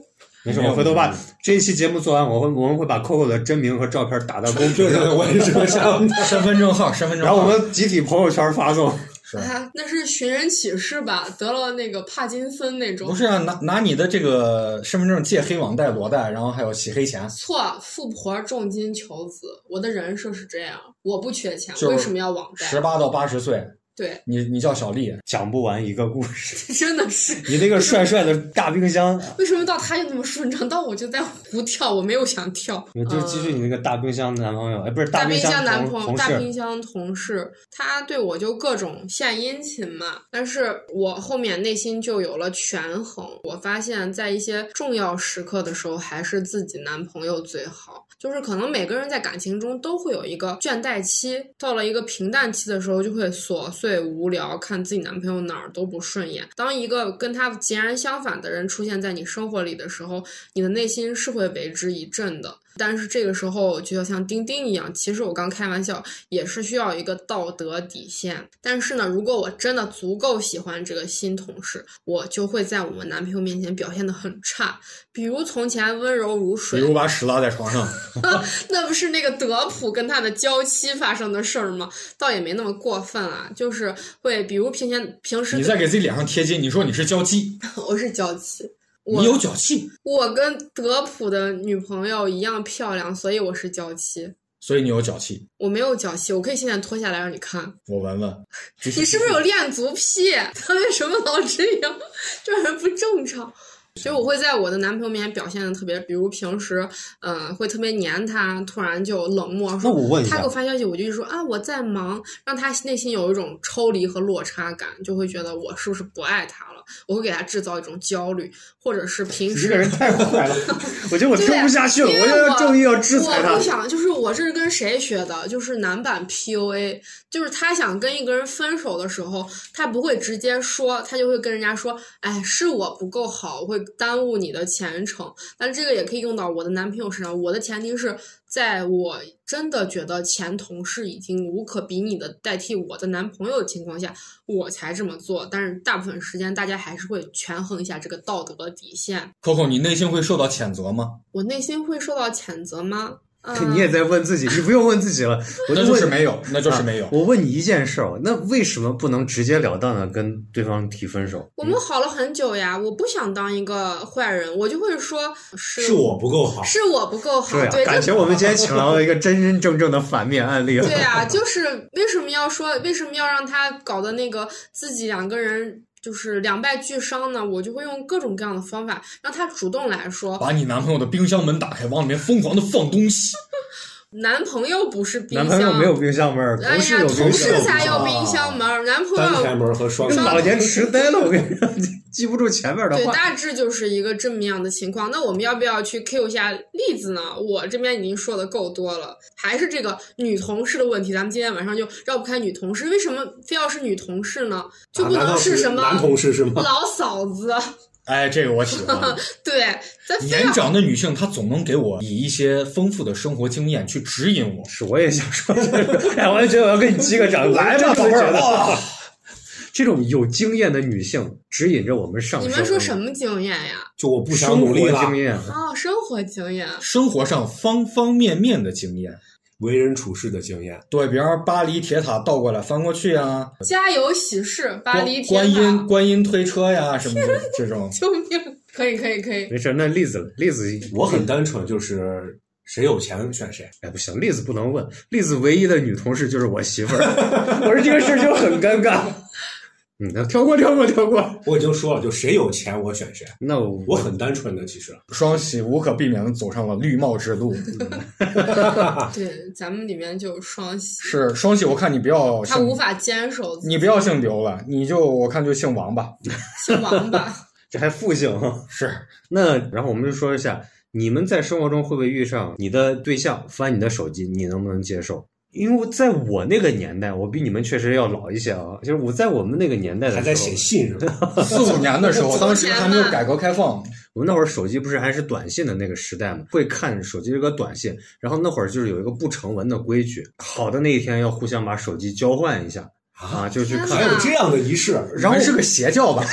D: 没事，我回头把这一期节目做完，我会我们会把 Coco 的真名和照片打到公屏
B: 对对，
D: 上，
B: 我也是想，
C: 身份证号，身份证
D: 然
C: 号。
D: 后我们集体朋友圈发送。
C: 是
A: 啊，那是寻人启事吧？得了那个帕金森那种
C: 不是啊，拿拿你的这个身份证借黑网贷、裸贷，然后还有洗黑钱。
A: 错，富婆重金求子。我的人设是这样，我不缺钱，
C: 就是
A: 为什么要网贷
C: 十？八到八十岁，
A: 对，
C: 你你叫小丽，
D: 讲不完一个故事，
A: 真的是
D: 你那个帅帅的大冰箱，
A: 为什么到他就那么顺畅，到我就在胡跳，我没有想跳。
D: 我就继续你那个大冰箱男朋友，哎，不是
A: 大
D: 冰
A: 冰箱男
D: 同
A: 朋友，
D: 同
A: 大
D: 事，
A: 冰箱同事，他对我就各种献殷勤嘛。但是我后面内心就有了权衡，我发现，在一些重要时刻的时候，还是自己男朋友最好。就是可能每个人在感情中都会有一个倦怠期，到了一个平淡期的时候，就会琐碎无聊，看自己男朋友哪儿都不顺眼。当一个跟他截然相反的人出现在你生活里的时候，你的内心是会为之一振的。但是这个时候，就要像丁丁一样，其实我刚开玩笑，也是需要一个道德底线。但是呢，如果我真的足够喜欢这个新同事，我就会在我们男朋友面前表现得很差，比如从前温柔如
C: 比
A: 水，
C: 如把屎拉在床上，
A: 那不是那个德普跟他的娇妻发生的事儿吗？倒也没那么过分啊，就是会比如平前平时
C: 你在给自己脸上贴金，你说你是娇妻，
A: 我是娇妻，我
C: 你有脚气，
A: 我跟德普的女朋友一样漂亮，所以我是娇妻。
C: 所以你有脚气。
A: 我没有脚气，我可以现在脱下来让你看。
C: 我闻闻，
A: 你是不是有恋足癖？ 他为什么老这样？这让人不正常。所以我会在我的男朋友面前表现的特别，比如平时，嗯、会特别黏他，突然就冷漠。
D: 那
A: 说
D: 我问一
A: 他
D: 下
A: 给我，发消息，我就一直说啊我在忙，让他内心有一种抽离和落差感，就会觉得我是不是不爱他了？我会给他制造一种焦虑，或者是平
D: 你
A: 时
D: 这个人太坏 了，我觉得我听不下去了，
A: 因为
D: 我就要正义要制裁
A: 我
D: 他
A: 不。想，就是我这是跟谁学的？就是男版 PUA，就是他想跟一个人分手的时候，他不会直接说，他就会跟人家说：“哎，是我不够好，我会耽误你的前程。”但这个也可以用到我的男朋友身上。我的前提是在我真的觉得前同事已经无可比拟的代替我的男朋友的情况下，我才这么做。但是大部分时间，大家还是会权衡一下这个道德底线。
C: Coco，你内心会受到谴责吗？
A: 我内心会受到谴责吗？啊
D: 你也在问自己，你不用问自己了，我
C: 那
D: 就
C: 就是
D: 问。
C: 没有，那就是没有。
D: 我问你一件事儿，那为什么不能直截了当的跟对方提分手？
A: 我们好了很久呀，我不想当一个坏人，我就会说是
B: 是我不够好。
A: 是我不够好，
D: 对啊，
A: 对，
D: 感
A: 这
D: 觉我们今天请到了一个真真正正的反面案例了。
A: 对啊，就是为什么要说为什么要让他搞的那个自己两个人就是两败俱伤呢？我就会用各种各样的方法让他主动来说，
C: 把你男朋友的冰箱门打开，往里面疯狂的放东西。
A: 男朋友不是冰
D: 男
A: 箱，
D: 朋友没有冰箱门儿，
A: 哎
D: 同事
A: 呀，
D: 有冰
A: 同
D: 箱啊
A: 事
D: 门
A: 才
D: 儿。
A: 有冰箱门儿，男朋
B: 单开
A: 友
B: 门和双
D: 跟
B: 开门
D: 老年痴呆了，我跟你说，记不住前面的
A: 对，
D: 话。
A: 大致就是一个这么样的情况。那我们要不要去 Q 一下例子呢？我这边已经说的够多了，还是这个女同事的问题。咱们今天晚上就绕不开女同事，为什么非要是女同事呢？就不
B: 啊难
A: 能
B: 道是
A: 什么
B: 男同事是吗？
A: 老嫂子？
C: 哎，这个我喜欢。
A: 对，咱非
C: 年
A: 要
C: 长的女性她总能给我以一些丰富的生活经验去指引 我。
D: 是，我也想说这个，哎，我也觉得我要给你击个掌，
B: 来吧
D: 我
B: 宝
D: 真的觉
B: 贝儿
D: 得
B: 哇
D: 这种有经验的女性指引着我们上
A: 你
D: 升。
A: 们说什么经验呀？
B: 就我不想
D: 生
B: 努力
D: 活
B: 了，
D: 经验？
A: 哦，生活经验。
C: 生活上方方面面的经验，
B: 为人处事的经验，
C: 对，比方说巴黎铁塔倒过来翻过去啊，
A: 家有喜事，巴黎铁
C: 观音
A: 塔，
C: 观音推车呀什么的这种。
A: 救命！可以可以可以，
D: 没事，那栗子，栗子，
B: 我很单纯，就是谁有钱选谁。
D: 哎，不行，栗子不能问。栗子唯一的女同事就是我媳妇儿， 我说这个事儿就很尴尬。 嗯，那跳过，跳过，跳过。
B: 我已经说了，就谁有钱我选谁。
D: 那我
B: 我很单纯的，其实
C: 双喜无可避免的走上了绿帽之 路。
A: 对，咱们里面就有双喜，
C: 是双喜，我看你不要
A: 他
C: 姓
A: 无法坚守，
C: 你不要姓刘了，你就我看就姓王 吧。
A: 姓王吧？
D: 这还复姓哈。
C: 是
D: 那然后我们就说一下，你们在生活中会不会遇上你的对象翻你的手机，你能不能接受？因为在我那个年代，我比你们确实要老一些啊。就是我在我们那个年代的时
B: 还
D: 候，
B: 在写信是吧？
C: 四五年的时候，当时还没有
A: 四五年嘛
C: 改革开放，
D: 我们那会儿手机不是还是短信的那个时代嘛，会看手机这个短信。然后那会儿就是有一个不成文的规矩，好的那一天要互相把手机交换一下啊，就去
A: 天
B: 还
D: 看，
B: 有这样的仪式，
C: 然后是个邪教吧，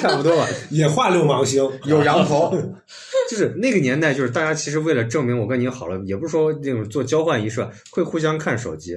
D: 差不多吧。
B: 也画六芒星，
C: 有羊头。
D: 就是那个年代，就是大家其实为了证明我跟你好了，也不是说那种做交换仪式，会互相看手机。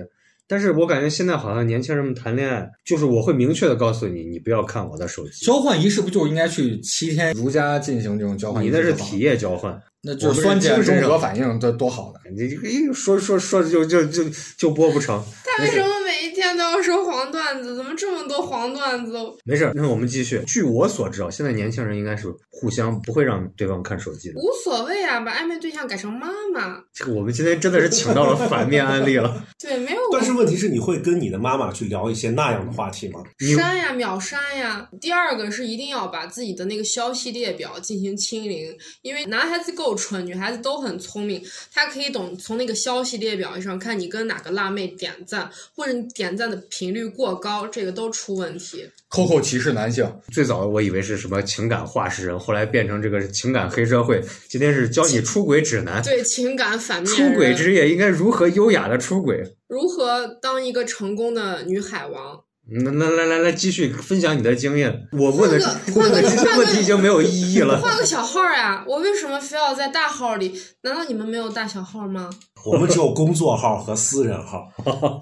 D: 但是我感觉现在好像年轻人们谈恋爱，就是我会明确的告诉你，你不要看我的手机。
C: 交换仪式不就应该去七天儒家进行这种交换
D: 你
C: 仪
D: 那
C: 式
D: 是
C: 吗
D: 体，液交换，
C: 那就是酸碱中和反应，这多好的！
D: 你这个一说说说就就就就播不成。
A: 他为什么每一天都要说黄段子？怎么这么多黄段子？
D: 没事，那我们继续。据我所知啊，现在年轻人应该是互相不会让对方看手机的。
A: 无所谓啊，把暧昧对象改成妈妈，
D: 这个我们今天真的是请到了反面案例了。
A: 对，没有
B: 但是问题是，你会跟你的妈妈去聊一些那样的话题吗？
D: 你
A: 删呀，秒删呀。第二个是一定要把自己的那个消息列表进行清零，因为男孩子够蠢，女孩子都很聪明，他可以懂从那个消息列表上看你跟哪个辣妹点赞，或者你点赞的频率过高，这个都出问题。
C: Coco 歧视男性，
D: 最早我以为是什么情感化石人，后来变成这个情感黑社会。今天是教你出轨指南，
A: 对情感反面
D: 出轨
A: 人
D: 之夜应该如何优雅的出轨。
A: 如何当一个成功的女海王？
D: 那那来来来，继续分享你的经验。我问的
A: 换个换个
D: 这些问题已经没有意义了。
A: 换个小号呀、我为什么非要在大号里？难道你们没有大小号吗？
B: 我们只有工作号和私人号，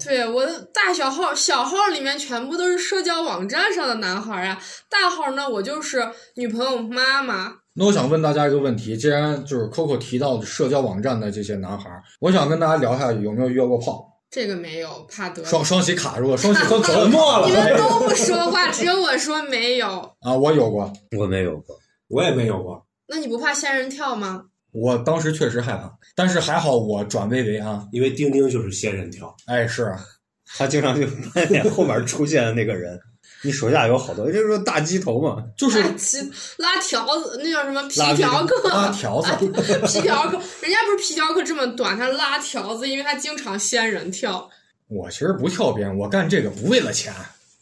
A: 对我的大小号小号里面全部都是社交网站上的男孩儿啊，大号呢我就是女朋友妈妈。
C: 那我想问大家一个问题：既然就是 Coco 提到的社交网站的这些男孩儿，我想跟大家聊一下有没有约过炮？
A: 这个没有，怕得
C: 双双喜卡住了，双喜 喝可
B: 沉
C: 乐
B: 默
C: 吗
A: 你
B: 了。
A: 们都不说话，只有我说没有。
C: 啊！我有过，
D: 我没有过，
B: 我也没有过，
A: 那你不怕仙人跳吗？
C: 我当时确实害怕，但是还好我转危为安。
B: 因为丁丁就是仙人跳。
C: 哎，是
D: 他经常就翻脸后面出现的那个人。你手下有好多，就是说大鸡头嘛，
C: 就是
A: 拉鸡拉条子，那叫什么皮
D: 拉
A: 条客？
C: 拉条子，
A: 皮条客，人家不是皮条客这么短，他拉条子，因为他经常仙人跳。
C: 我其实不跳边，我干这个不为了钱，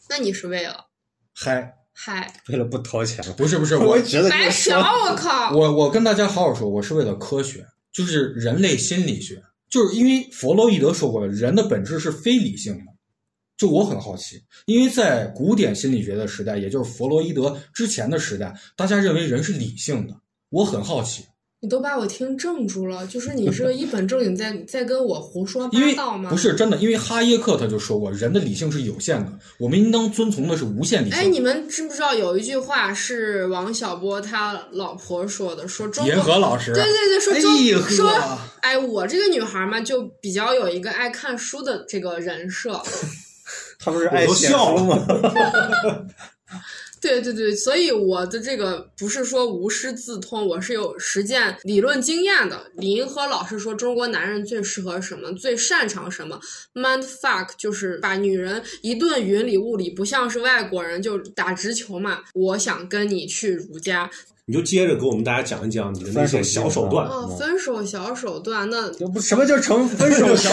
A: 那你是为了
C: 嗨，
A: 嗨
D: 为了不掏钱。
C: 不是不是我
D: 我觉得这
A: 白
D: 个
A: 嫖，我靠！
C: 我我跟大家好好说，我是为了科学，就是人类心理学，就是因为弗洛伊德说过，人的本质是非理性的。就我很好奇，因为在古典心理学的时代，也就是弗洛伊德之前的时代，大家认为人是理性的。我很好奇，
A: 你都把我听怔住了，就是你是一本正经 在在跟我胡说
C: 因
A: 八
C: 为
A: 道吗？
C: 不，是真的，因为哈耶克他就说过，人的理性是有限的，我们应当遵从的是无限理性。
A: 哎，你们知不知道有一句话是王小波他老婆说的，说中
C: 银
A: 国。
C: 河老师，啊
A: 对对对，说中、
C: 哎呵
A: 说，哎，我这个女孩嘛，就比较有一个爱看书的这个人设，
D: 他不是
B: 我
D: 爱
B: 都
D: 写
B: 笑
D: 书 吗？
A: 对对对，所以我的这个不是说无师自通，我是有实践理论经验的。李银河老师说，中国男人最适合什么，最擅长什么，mind fuck 就是把女人一顿云里雾里，不像是外国人就打直球嘛。我想跟你去儒家，
B: 你就接着给我们大家讲一讲你的那些小手段。
A: 哦，分手小手段，那
D: 这不什么叫成分手小？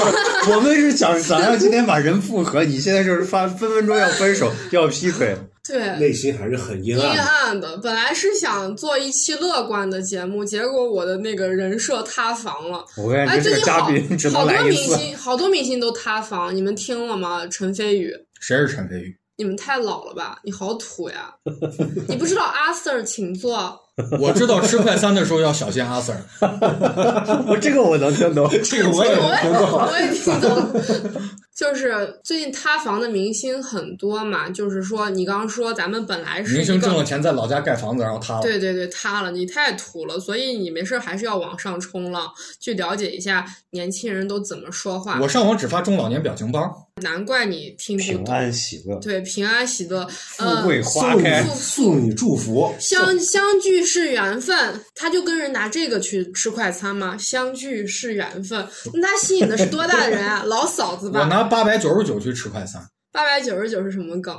D: 我们是想咱要今天把人复合，你现在就是发分分钟要分手，要劈腿。
A: 对
B: 内心还是很阴
A: 阴
B: 暗的。
A: 暗的。本来是想做一期乐观的节目，结果我的那个人设塌房了。
D: 我感
A: 哎，
D: 觉这
A: 最
D: 个
A: 近
D: 嘉
A: 好
D: 宾只
A: 好
D: 能
A: 多
D: 来一
A: 明
D: 次。
A: 星，好多明星都塌房，你们听了吗？陈飞宇，
C: 谁是陈飞宇？
A: 你们太老了吧？你好土 呀！你不知道阿 Sir 请坐，
C: 我知道吃快餐的时候要小心阿 Sir。
D: 我这个我能听懂，
B: 这个我也
A: 我
B: 能
A: 也
B: 听懂。
A: 我也听懂。就是最近塌房的明星很多嘛，就是说你刚刚说咱们本来 是
C: 明
A: 一
C: 星挣了
A: 个。
C: 钱在老家盖房子，然后塌了。
A: 对对对，塌了，你太土了，所以你没事儿还是要往上冲浪，去了解一下年轻人都怎么说话。
C: 我上网只发中老年表情包。
A: 难怪你听
D: 平
A: 不懂。
D: 安喜乐，
A: 对，平安喜乐，
D: 富
A: 呃，
D: 贵花
B: 送
D: 开
B: 你。送你祝福，
A: 相相聚是缘分，他就跟人拿这个去吃快餐吗？相聚是缘分，那他吸引的是多大的人 啊？老嫂子
C: 我
A: 吧？
C: 拿八百九十九去吃快餐，
A: 八百九十九是什么梗？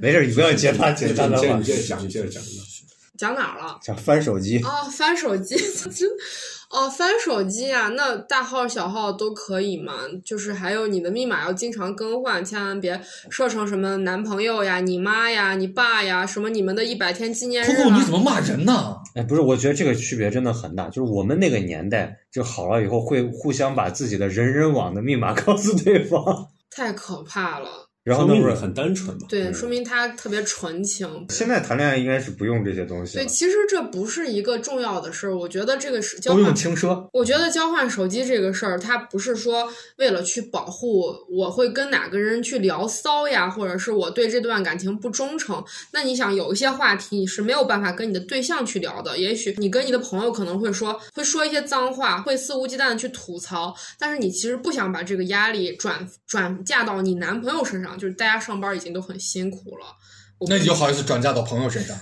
D: 没事，你不要接他
B: 接
D: 接
B: 着
D: 他的话
B: 你。接着讲，你接着讲。
A: 讲哪儿了？
D: 想翻手机，
A: 哦，翻手机， 真哦，翻手机啊，那大号小号都可以嘛。就是还有你的密码要经常更换，千万别设成什么男朋友呀、你妈呀、你爸呀，什么你们的一百天纪念
C: 酷
A: 日
C: 酷你怎
A: 啊。
C: 么骂人呢？
D: 哎，不是，我觉得这个区别真的很大。就是我们那个年代，就好了以后会互相把自己的人人网的密码 告诉对方，
A: 太可怕了，
D: 然后
B: 说
D: 那
B: 明
D: 不
B: 你
D: 是
B: 很单纯嘛？
C: 嗯
A: 对，说明他特别纯情。
D: 现在谈恋爱应该是不用这些东西
A: 对，
D: 了。
A: 其实这不是一个重要的事儿，我觉得这个是交
C: 都用
A: 换。
C: 轻奢。
A: 我觉得交换手机这个事儿，它不是说为了去保护我会跟哪个人去聊骚呀，或者是我对这段感情不忠诚。那你想，有一些话题你是没有办法跟你的对象去聊的，也许你跟你的朋友可能会说，会说一些脏话，会肆无忌惮的去吐槽，但是你其实不想把这个压力转转嫁到你男朋友身上，就是大家上班已经都很辛苦了。我
C: 那你就好意思转嫁到朋友身上？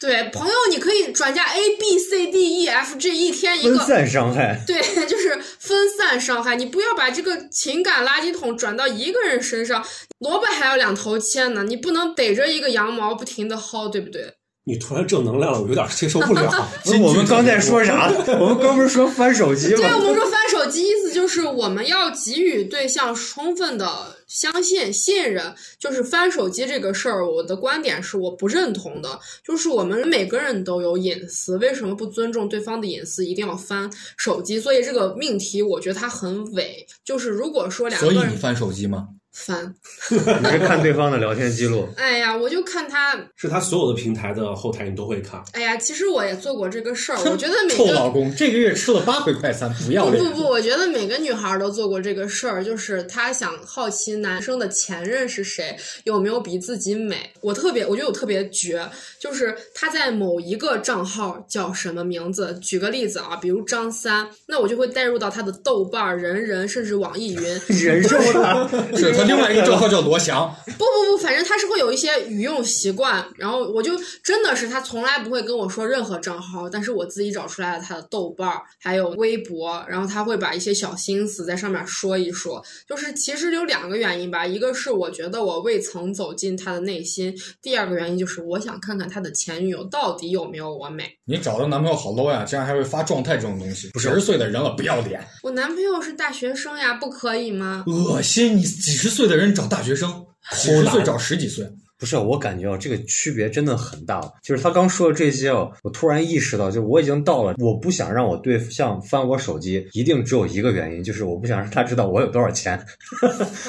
A: 对，朋友，你可以转嫁 A B C D E F G 一天一
D: 分
A: 个，
D: 散伤害，
A: 对，就是分散伤害。你不要把这个情感垃圾桶转到一个人身上，萝卜还要两头切呢，你不能逮着一个羊毛不停的薅，对不对？
B: 你突然正能量了，我有点接受不了。
D: 不是我们刚才说啥？ 我们刚不是说翻手机
A: 对，我
D: 吗？
A: 们说翻手机，意思就是我们要给予对象充分的相信、信任。就是翻手机这个事儿，我的观点是我不认同的。就是我们每个人都有隐私，为什么不尊重对方的隐私，一定要翻手机？所以这个命题，我觉得它很伪。就是如果说两
C: 所以
A: 个
C: 你
A: 人
C: 翻手机吗？
A: 翻，
D: 你是看对方的聊天记录，
A: 哎呀，我就看他，
B: 是他所有的平台的后台你都会看，
A: 哎呀，其实我也做过这个事儿。我觉得每
C: 臭
A: 个
C: 老公，这个月吃了八回快餐，不要
A: 不
C: 脸
A: 不！不，我觉得每个女孩儿都做过这个事儿，就是她想好奇男生的前任是谁，有没有比自己美。我特别，我觉得我特别绝，就是她在某一个账号叫什么名字，举个例子啊，比如张三，那我就会带入到她的豆瓣儿、人人，甚至网易云，
D: 忍受 他。
C: 是他另外一 个账号叫罗翔，
A: 不不不，反正他是会有一些语用习惯，然后我就真的是他从来不会跟我说任何账号，但是我自己找出来了他的豆瓣儿，还有微博，然后他会把一些小心思在上面说一说。就是其实有两个原因吧，一个是我觉得我未曾走进他的内心，第二个原因就是我想看看他的前女友到底有没有我美。
C: 你找的男朋友好 low 呀，竟然还会发状态这种东西，几十岁的人了，不要脸，
A: 我男朋友是大学生呀，不可以 吗？
C: 恶心！你几十岁的人找大学生，几十岁找十几岁，
D: 不是，我感觉啊，这个区别真的很大。啊就是他刚说的这些哦，我突然意识到，就我已经到了，我不想让我对象翻我手机，一定只有一个原因，就是我不想让他知道我有多少钱，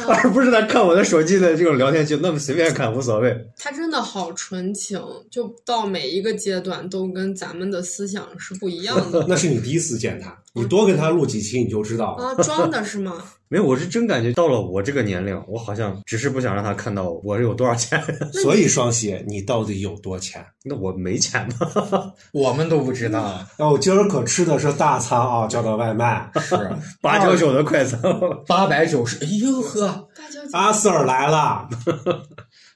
D: 而不是他看我的手机的这种聊天记录，那么随便看无所谓。
A: 他真的好纯情，就到每一个阶段都跟咱们的思想是不一样的。
B: 那是你第一次见他，你多跟他录几期你就知道了。
A: 啊，装的是吗？
D: 没有，我是真感觉到了我这个年龄，我好像只是不想让他看到我有多少钱。
B: 所以双喜，你到底有多钱？
D: 那我没钱吗？
C: 我们都不知道，
B: 那哦我今儿可吃的是大餐啊，叫的外卖。
C: 是啊
D: 八九九的快餐，
C: 八百九十，哎呦呵，
A: 大小姐，
B: 阿 Sir 来了，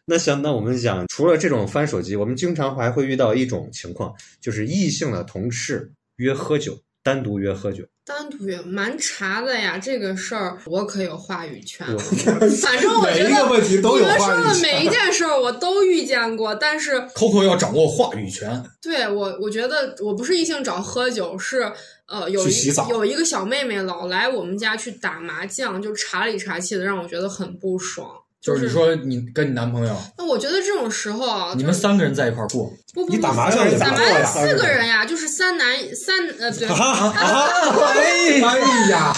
D: 那行，那我们讲，除了这种翻手机，我们经常还会遇到一种情况，就是异性的同事约喝酒，单独约喝酒。
A: 单独也蛮查的呀，这个事儿我可有话语权。
D: 我
A: 反正我
B: 每
A: 觉
B: 一个
A: 得
B: 问题都
A: 你
B: 有
A: 们
B: 话
A: 说的
B: 语
A: 每一
B: 权。
A: 件事儿我都遇见过，但是
C: Coco 要掌握话语权，
A: 对我，我觉得我不是异性找喝酒，是呃有
B: 去
A: 一
B: 洗澡
A: 有一个小妹妹老来我们家去打麻将，就查里查气的，让我觉得很不啊爽。
C: 就是你说你跟你男朋友，
A: 那我觉得这种时候啊，
C: 你们三个人在一块儿过，
A: 不不
B: 你
A: 不
B: 打麻将也不
A: 打麻
B: 过
A: 将
B: 呀
A: 四个人呀，就是三男三呃不对，
B: 啊啊！
C: 哎呀，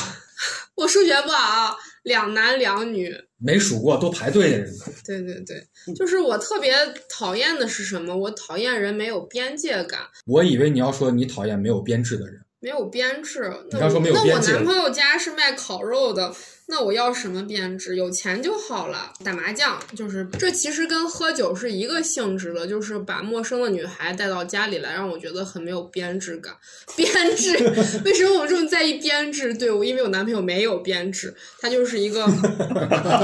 A: 我数学不好，啊两男两女。
C: 没数过都排队的人，
A: 对对对，
C: 嗯
A: 就是我特别讨厌的是什么？我讨厌人没有边界感，
C: 我以为你要说你讨厌没有编制的人，
A: 没有编制。那
C: 你刚
A: 我
C: 说没有
A: 那我
C: 边界
A: 男朋友家是卖烤肉的，那我要什么编制？有钱就好了。打麻将就是这，其实跟喝酒是一个性质的，就是把陌生的女孩带到家里来，让我觉得很没有编制感。编制 为什么我这么在意编制？对我，因为我男朋友没有编制，他就是一个。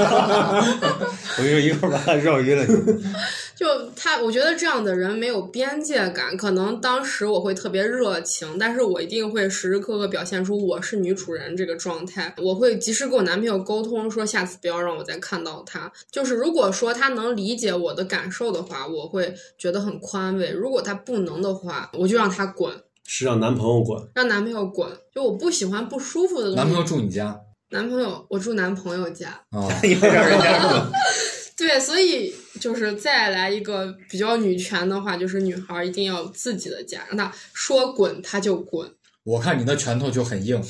D: 我跟你说，一会儿把他绕晕了你。
A: 就他，我觉得这样的人没有边界感。可能当时我会特别热情，但是我一定会时时刻刻表现出我是女主人这个状态。我会及时跟我男朋友沟通，说下次不要让我再看到他。就是如果说他能理解我的感受的话，我会觉得很宽慰；如果他不能的话，我就让他滚，
B: 是让男朋友滚，
A: 让男朋友滚。就我不喜欢不舒服的东西。
C: 男朋友住你家啊、
A: 男朋友，我住男朋友家。
D: 一会儿让人家滚。
A: 对，所以就是再来一个比较女权的话，就是女孩儿一定要有自己的家，让她说滚她就滚。
C: 我看你的拳头就很硬，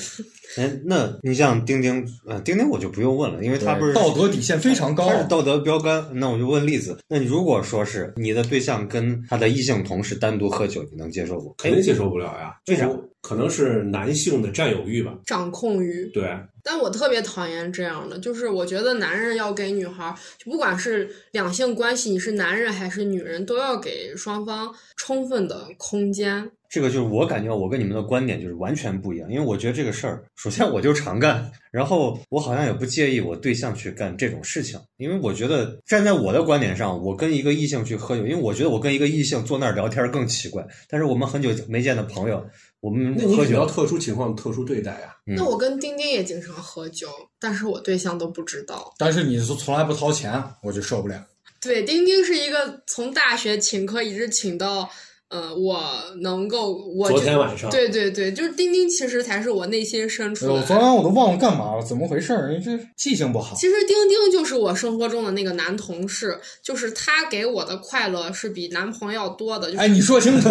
D: 哎，那你像丁丁，啊，丁丁我就不用问了，因为他不是
C: 道德底线非常高
D: 他，是道德标杆。那我就问例子，那你如果说是你的对象跟他的异性同事单独喝酒，你能接受不？
B: 肯定接受不了呀。
D: 为啥？
B: 可能是男性的占有欲吧。
A: 掌控欲，
B: 对，
A: 但我特别讨厌这样的，就是我觉得男人要给女孩儿，就不管是两性关系，你是男人还是女人，都要给双方充分的空间。
D: 这个就是我感觉我跟你们的观点就是完全不一样，因为我觉得这个事儿，首先我就常干，然后我好像也不介意我对象去干这种事情，因为我觉得站在我的观点上，我跟一个异性去喝酒，因为我觉得我跟一个异性坐那儿聊天更奇怪。但是我们很久没见的朋友，我们
B: 那你哦
D: 喝
B: 肯定要
D: 酒，
B: 特殊情况特殊对待呀。啊
D: 嗯
A: 那我跟丁丁也经常喝酒，但是我对象都不知道。
C: 但是你是从来不掏钱，我就受不了。
A: 对，丁丁是一个从大学请客一直请到，呃，我能够我
B: 昨
A: 觉
B: 天晚上，
A: 对对对，就是丁丁其实才是我内心深处
C: 哎
A: 的
C: 呦，
A: 爱。
C: 昨晚啊我都忘了干嘛了，怎么回事儿？你这记性不好。
A: 其实丁丁就是我生活中的那个男同事，就是他给我的快乐是比男朋友要多的。就是、
C: 哎，你说清楚。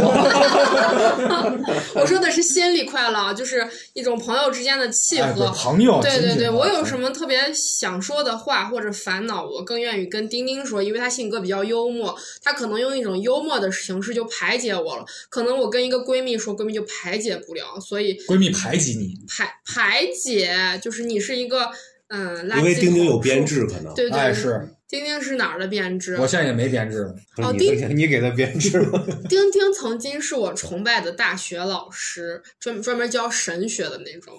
A: 我说的是心理快乐啊，就是一种朋友之间的契
C: 哎，
A: 合。
C: 对朋友，
A: 对对
C: 亲戚
A: 对，
C: 啊
A: 我有什么特别想说的话或者烦恼，我更愿意跟丁丁说，因为他性格比较幽默，他可能用一种幽默的形式就排解我了。可能我跟一个闺蜜说，闺蜜就排解不了，所以
C: 闺蜜排挤你？
A: 排排解就是你是一个嗯，垃圾
B: 因为丁丁有编
A: 桶
B: 制，可能
A: 对对，
C: 哎，是
A: 丁丁是哪儿的编
D: 啊
A: 制？
C: 我现在也没编制了。
D: 不是
A: 哦
D: 你的你给他编制吗？
A: 丁丁曾经是我崇拜的大学老师，专专门教神学的那种。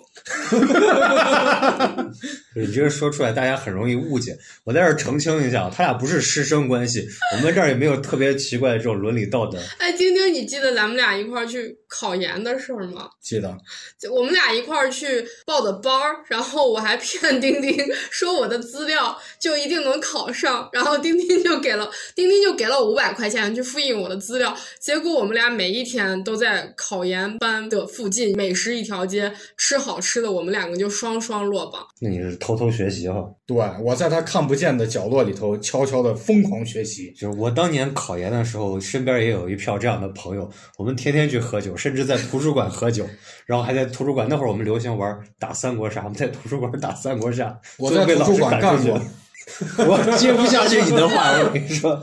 D: 你这个说出来，大家很容易误解。我在这儿澄清一下啊，他俩不是师生关系，我们这儿也没有特别奇怪的这种伦理道德。
A: 哎，丁丁，你记得咱们俩一块儿去考研的事儿吗？
C: 记得
A: 就我们俩一块儿去报的班儿，然后我还骗丁丁说我的资料就一定能考上，然后丁丁就给了丁丁就给了五百块钱去复印我的资料，结果我们俩每一天都在考研班的附近美食一条街吃好吃的，我们两个就双双落榜。
D: 那你是偷偷学习哈、
C: 对，我在他看不见的角落里头悄悄的疯狂学习。
D: 就是我当年考研的时候，身边也有一票这样的朋友，我们天天去喝酒，甚至在图书馆喝酒，然后还在图书馆。那会儿我们流行玩打三国杀，我们在图书馆打三国杀，
C: 我在
D: 最后被
C: 图书馆
D: 老
C: 干
D: 师
C: 过
D: 打出去， 我接不下去你的话， 我跟你说，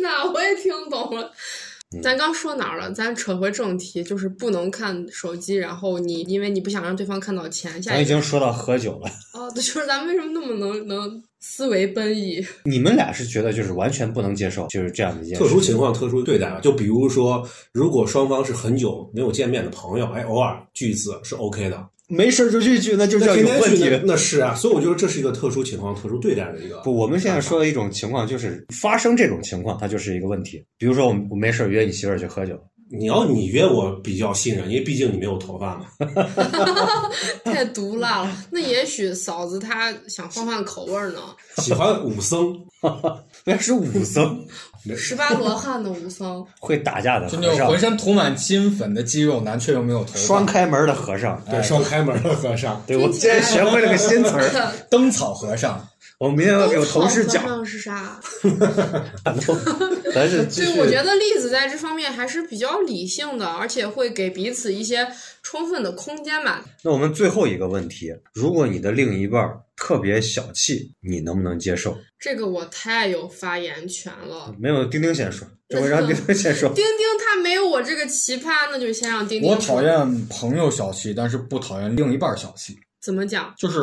A: 那我也听懂了。
D: 嗯
A: 咱刚说哪儿了？咱扯回正题，就是不能看手机。然后你因为你不想让对方看到钱，下
D: 咱已
A: 一
D: 经说到喝酒了。
A: 哦，对，就是咱们为什么那么能能思维奔逸？
D: 你们俩是觉得就是完全不能接受，就是这样的一件
B: 特
D: 事
B: 殊情况特殊对待吧。就比如说，如果双方是很久没有见面的朋友，哎，偶尔聚一次是 OK 的。
D: 没事儿就去去，那就
B: 那
D: 叫
B: 天
D: 有
B: 天
D: 问
B: 去
D: 题。
B: 那那是啊，所以我觉得这是一个特殊情况特殊对待的一个。
D: 不，我们现在说的一种情况就是发生这种情况，它就是一个问题。比如说我们，我没事儿约你媳妇儿去喝酒，
B: 你要你约我比较信任，因为毕竟你没有头发嘛。
A: 太毒辣了。那也许嫂子她想换换口味儿呢，
B: 喜欢武僧，
D: 那是武僧
A: 十八罗汉的武 僧，
D: 会打架的
C: 就
D: 和
C: 那种
D: 尚
C: 浑，身涂满金粉的肌肉男，却又没有头发，
D: 啊双开门的和尚。
C: 哎
B: 对，双开门的和尚，
D: 对，我
A: 听
D: 竟
A: 起来
D: 然学会了个新词儿，
C: 灯草和尚。
D: 我明天要给我同事
A: 灯草
D: 讲。
A: 和尚是啥？
D: 咱是继
A: 对，
D: 续
A: 我觉得栗子在这方面还是比较理性的，而且会给彼此一些充分的空间吧。
D: 那我们最后一个问题：如果你的另一半儿特别小气，你能不能接受？
A: 这个我太有发言权了。
D: 没有，丁丁先说，这回让丁丁先说。
A: 丁丁他没有我这个奇葩，那就先让丁丁
C: 我
A: 说。
C: 讨厌朋友小气，但是不讨厌另一半小气。
A: 怎么讲？
C: 就是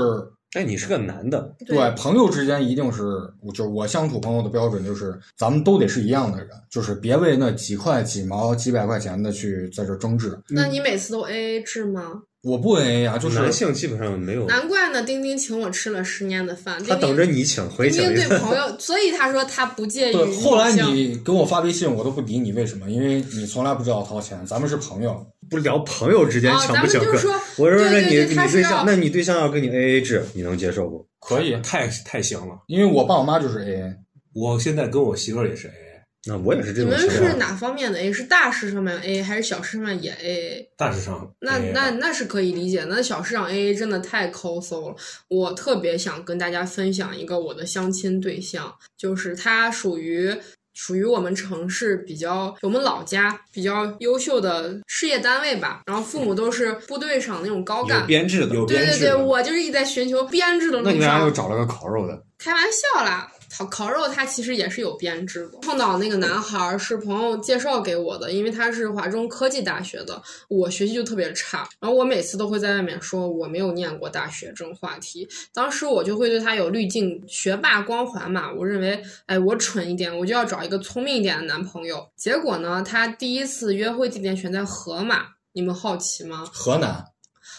D: 哎，你是个男的，
C: 对朋友之间一定是，我就是我相处朋友的标准就是，咱们都得是一样的人，就是别为那几块几毛几百块钱的去在这争执。
A: 那你每次都 A A 制吗？
C: 我不 A 呀，就是
D: 男性基本上没有，
A: 难怪呢，丁丁请我吃了十年的饭。
D: 他
A: 丁
D: 等
A: 丁
D: 着你请回
A: 丁
D: 请
A: 丁
D: 一
A: 对
D: 次。
A: 朋友，所以他说他不介意女
C: 对。
A: 性。
C: 后来你给我发微信，我都不理你，为什么？因为你从来不知道掏钱，咱们是朋友。
D: 不聊朋友之间
A: 啊，
D: 请
A: 咱
D: 不
A: 们
D: 请
A: 就
D: 客
A: 是。说，
D: 我说那
A: 对
D: 你
A: 对
D: 你
A: 对，他是
D: 对象，
A: 要
D: 那你对象要跟你 A A 制，你能接受不？
C: 可以，
B: 太太行了。
C: 因为我爸我妈就是 AA，
B: 我现在跟我媳妇儿也是哎 AA，
D: 那我也是这
A: 你
D: 种
A: 们
D: 情
A: 是
D: 况。
A: 哪方面的 A？是大事上面 A 还是小事上面也 A？
B: 大致上
D: 哎
A: 那
B: 哎 AA
A: 那那是可以理解，那小市场 AA 真的太抠搜了。我特别想跟大家分享一个我的相亲对象，就是他属于属于我们城市比较我们老家比较优秀的事业单位吧，然后父母都是部队上那种高
D: 有
A: 干。
D: 编制的，
B: 有
A: 对
B: 编
A: 对
B: 制
A: 对，
B: 的，
A: 我就是一直在寻求编制的
D: 那你
A: 路
D: 为啥又
A: 上。
D: 找了个烤肉的？
A: 开玩笑啦，烤烤肉它其实也是有编制的。碰到那个男孩儿是朋友介绍给我的，因为他是华中科技大学的，我学习就特别差，然后我每次都会在外面说我没有念过大学这种话题。当时我就会对他有滤镜，学霸光环嘛，我认为，哎，我蠢一点，我就要找一个聪明一点的男朋友。结果呢，他第一次约会地点选在河马，你们好奇吗？
C: 河南。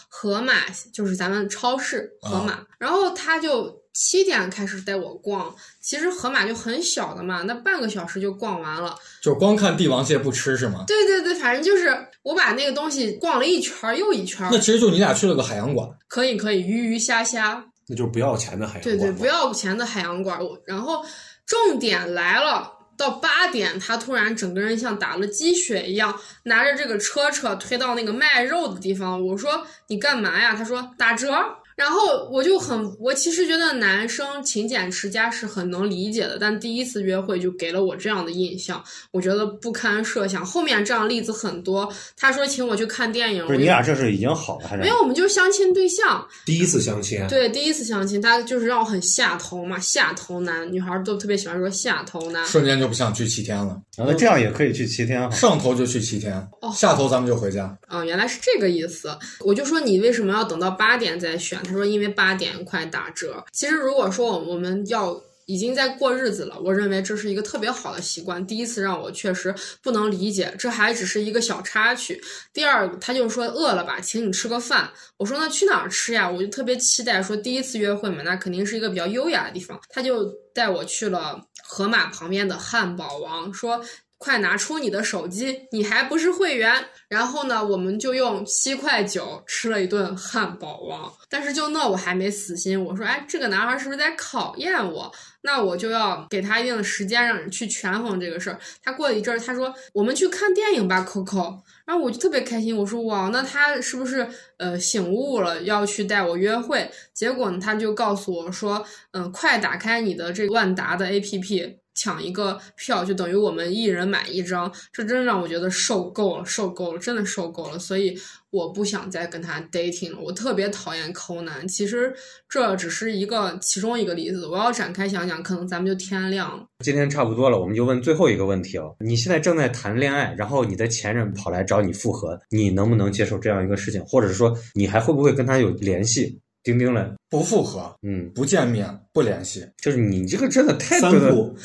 A: 盒马就是咱们超市
C: 啊
A: 盒马，然后他就七点开始带我逛，其实盒马就很小的嘛，那半个小时就逛完了。
C: 就光看帝王蟹不吃是吗？
A: 对对对，反正就是我把那个东西逛了一圈儿又一圈儿
C: 那，其实就你俩去了个海洋馆，
A: 可以可以，鱼鱼虾虾，
B: 那就是不要钱的海洋
A: 对对，
B: 馆嘛
A: 不要钱的海洋馆。我然后重点来了。到八点，他突然整个人像打了鸡血一样，拿着这个车车推到那个卖肉的地方。我说你干嘛呀？他说打折。然后我就很，我其实觉得男生勤俭持家是很能理解的，但第一次约会就给了我这样的印象，我觉得不堪设想。后面这样例子很多。他说请我去看电影，
D: 不是
A: 我
D: 你
A: 就
D: 俩这是已经好了还是
A: 没有，？我们就相亲对象。
B: 第一次相亲，啊
A: 对，第一次相亲，他就是让我很下头嘛，下头男，女孩儿都特别喜欢说下头男。
C: 瞬间就不想去七天了，
D: 啊那这样也可以去七天啊哈。
C: 上头就去七天
A: 哦，
C: 下头咱们就回家。
A: 哦，原来是这个意思。我就说你为什么要等到八点再选？他说因为八点快打折。其实如果说我我们要。已经在过日子了，我认为这是一个特别好的习惯。第一次让我确实不能理解，这还只是一个小插曲。第二，他就说饿了吧，请你吃个饭。我说那去哪儿吃呀？我就特别期待说第一次约会嘛，那肯定是一个比较优雅的地方。他就带我去了河马旁边的汉堡王，说快拿出你的手机，你还不是会员。然后呢，我们就用七块九吃了一顿汉堡王。但是就那我还没死心，我说哎，这个男孩是不是在考验我？那我就要给他一定的时间，让人去权衡这个事儿。他过了一阵儿，他说我们去看电影吧，Coco。然后我就特别开心，我说哇，那他是不是呃醒悟了，要去带我约会？结果呢，他就告诉我说，嗯、快打开你的这个万达的 APP。抢一个票就等于我们一人买一张，这真让我觉得受够了，受够了，真的受够了。所以我不想再跟他 dating 了，我特别讨厌抠男。其实这只是一个其中一个例子，我要展开想想，可能咱们就天亮了。
D: 今天差不多了，我们就问最后一个问题了。你现在正在谈恋爱，然后你的前任跑来找你复合，你能不能接受这样一个事情？或者说，你还会不会跟他有联系？丁丁嘞，
C: 不复合、
D: 嗯，
C: 不见面、不联系，
D: 就是你这个真的太
B: 三
D: 对了
B: 步，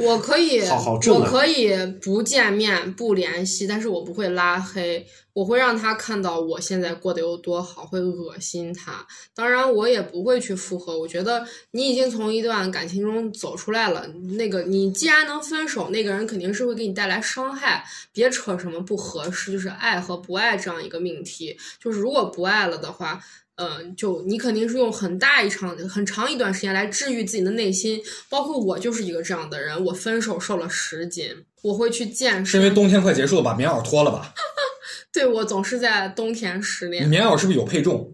A: 我可以，
B: 好好正啊
A: 我可以不见面不联系，但是我不会拉黑，我会让他看到我现在过得有多好，会恶心他。当然，我也不会去复合。我觉得你已经从一段感情中走出来了，那个你既然能分手，那个人肯定是会给你带来伤害。别扯什么不合适，就是爱和不爱这样一个命题。就是如果不爱了的话，呃，就你肯定是用很大一场、很长一段时间来治愈自己的内心。包括我就是一个这样的人，我分手瘦了十斤，我会去健
C: 是因为
A: 身。
C: 冬天快结束了，把棉袄脱了吧？
A: 对我总是在冬天失恋。
C: 棉袄是不是有配重？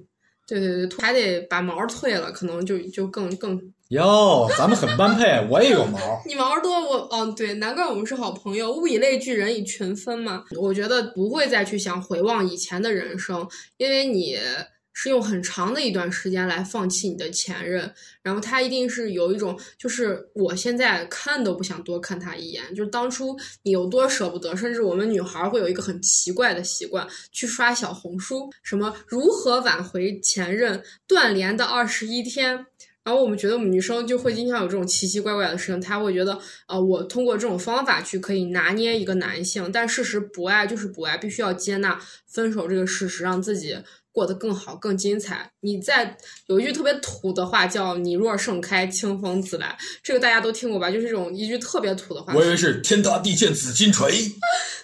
A: 对对对，还得把毛退了，可能就就更更。
C: 哟，咱们很般配，我也有毛。
A: 你毛多我，嗯、对，难怪我们是好朋友。物以类聚，人以群分嘛。我觉得不会再去想回望以前的人生，因为你是用很长的一段时间来放弃你的前任，然后他一定是有一种，就是我现在看都不想多看他一眼，就是当初你有多舍不得，甚至我们女孩会有一个很奇怪的习惯，去刷小红书，什么如何挽回前任，断联的二十一天。然后我们觉得我们女生就会经常有这种奇奇怪怪的事情，她会觉得，呃，我通过这种方法去可以拿捏一个男性，但事实不爱就是不爱，必须要接纳分手这个事实，让自己过得更好、更精彩。你在有一句特别土的话叫“你若盛开，清风自来”，这个大家都听过吧？就是这种一句特别土的话
C: 我。以为是天塌地陷紫金锤，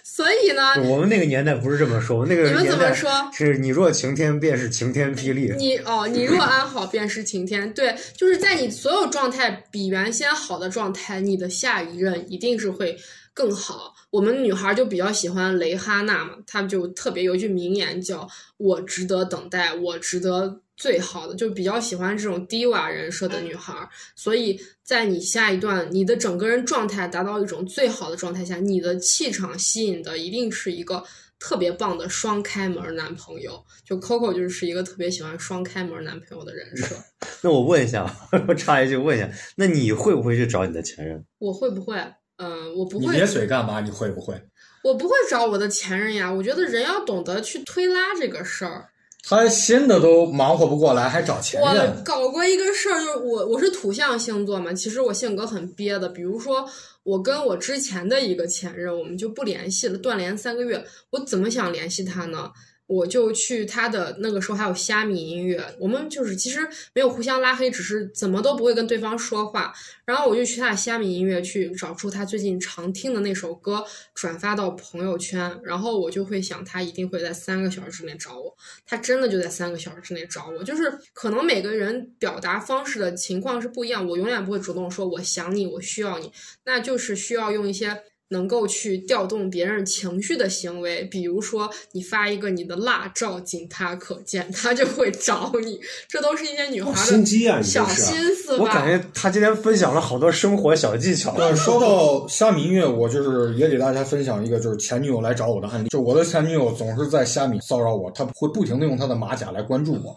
A: 所以呢，
D: 我们那个年代不是这么说，我们那个
A: 你们
D: 年
A: 怎么
D: 代
A: 说
D: 是你若晴天便是晴天霹雳。
A: 你哦，你若安好，便是晴天。对，就是在你所有状态比原先好的状态，你的下一任一定是会更好。我们女孩就比较喜欢蕾哈娜嘛，她就特别有一句名言叫“我值得等待，我值得最好的”，就比较喜欢这种低瓦人设的女孩。所以在你下一段，你的整个人状态达到一种最好的状态下，你的气场吸引的一定是一个特别棒的双开门男朋友。就 Coco 就是一个特别喜欢双开门男朋友的人 设。
D: 那我问一下，啊 我插一句问一下，那你会不会去找你的前任？
A: 我会不会？嗯、我不
C: 你
A: 会
C: 咧，嘴干嘛？你会不会？
A: 我不会找我的前任呀。我觉得人要懂得去推拉这个事儿。
C: 他新的都忙活不过来，还找前
A: 我
C: 任？
A: 搞过一个事儿，就是我我是土象星座嘛，其实我性格很憋的。比如说，我跟我之前的一个前任，我们就不联系了，断联三个月。我怎么想联系他呢？我就去他的那个时候还有虾米音乐，我们就是其实没有互相拉黑，只是怎么都不会跟对方说话。然后我就去他的虾米音乐去找出他最近常听的那首歌，转发到朋友圈。然后我就会想，他一定会在三个小时之内找我。他真的就在三个小时之内找我。就是可能每个人表达方式的情况是不一样，我永远不会主动说我想你，我需要你，那就是需要用一些。能够去调动别人情绪的行为，比如说你发一个你的辣照，仅他可见，他就会找你。这都是一些女孩
B: 好
A: 的
B: 心机啊你这
A: 小
B: 是
A: 心思吧。
D: 我感觉他今天分享了好多生活小技巧。
C: 对，说到虾米音乐，我就是也给大家分享一个，就是前女友来找我的案例。就我的前女友总是在虾米骚扰我，她会不停的用她的马甲来关注我。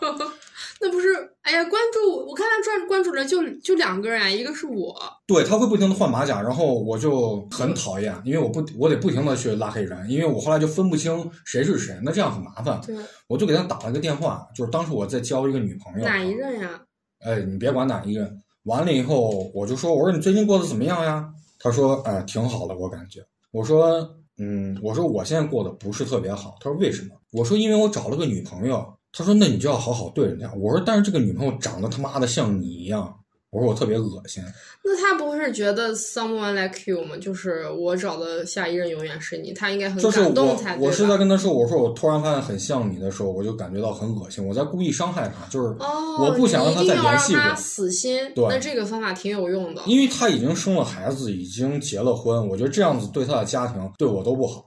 A: 那不是，哎呀，关注我，我看他转关注人就就两个人，一个是我，
C: 对，他会不停的换马甲，然后我就很讨厌，因为我不我得不停的去拉黑人，因为我后来就分不清谁是谁，那这样很麻烦。
A: 对，
C: 我就给他打了个电话，就是当时我在交一个女朋友，啊
A: 哪一？任呀？
C: 哎，你别管哪一任。完了以后，我就说，我说你最近过得怎么样呀？他说，哎，挺好的，我感觉。我说，嗯，我说我现在过得不是特别好。他说为什么？我说因为我找了个女朋友。他说那你就要好好对人家。我说但是这个女朋友长得他妈的像你一样。我说我特别恶心。
A: 那他不会是觉得 someone like you 吗？就是我找的下一任永远是你，他应该很
C: 就是
A: 感动
C: 我
A: 才，对
C: 我是在
A: 吧？
C: 跟他说，我说我突然发现很像你的时候，我就感觉到很恶心，我在故意伤害他，就是
A: 哦，
C: 我不想让他
A: 你一
C: 再
A: 定要
C: 联
A: 让
C: 系我。
A: 他死心。
C: 对
A: 那这个方法挺有用的。
C: 因为他已经生了孩子，已经结了婚，我觉得这样子对他的家庭对我都不好。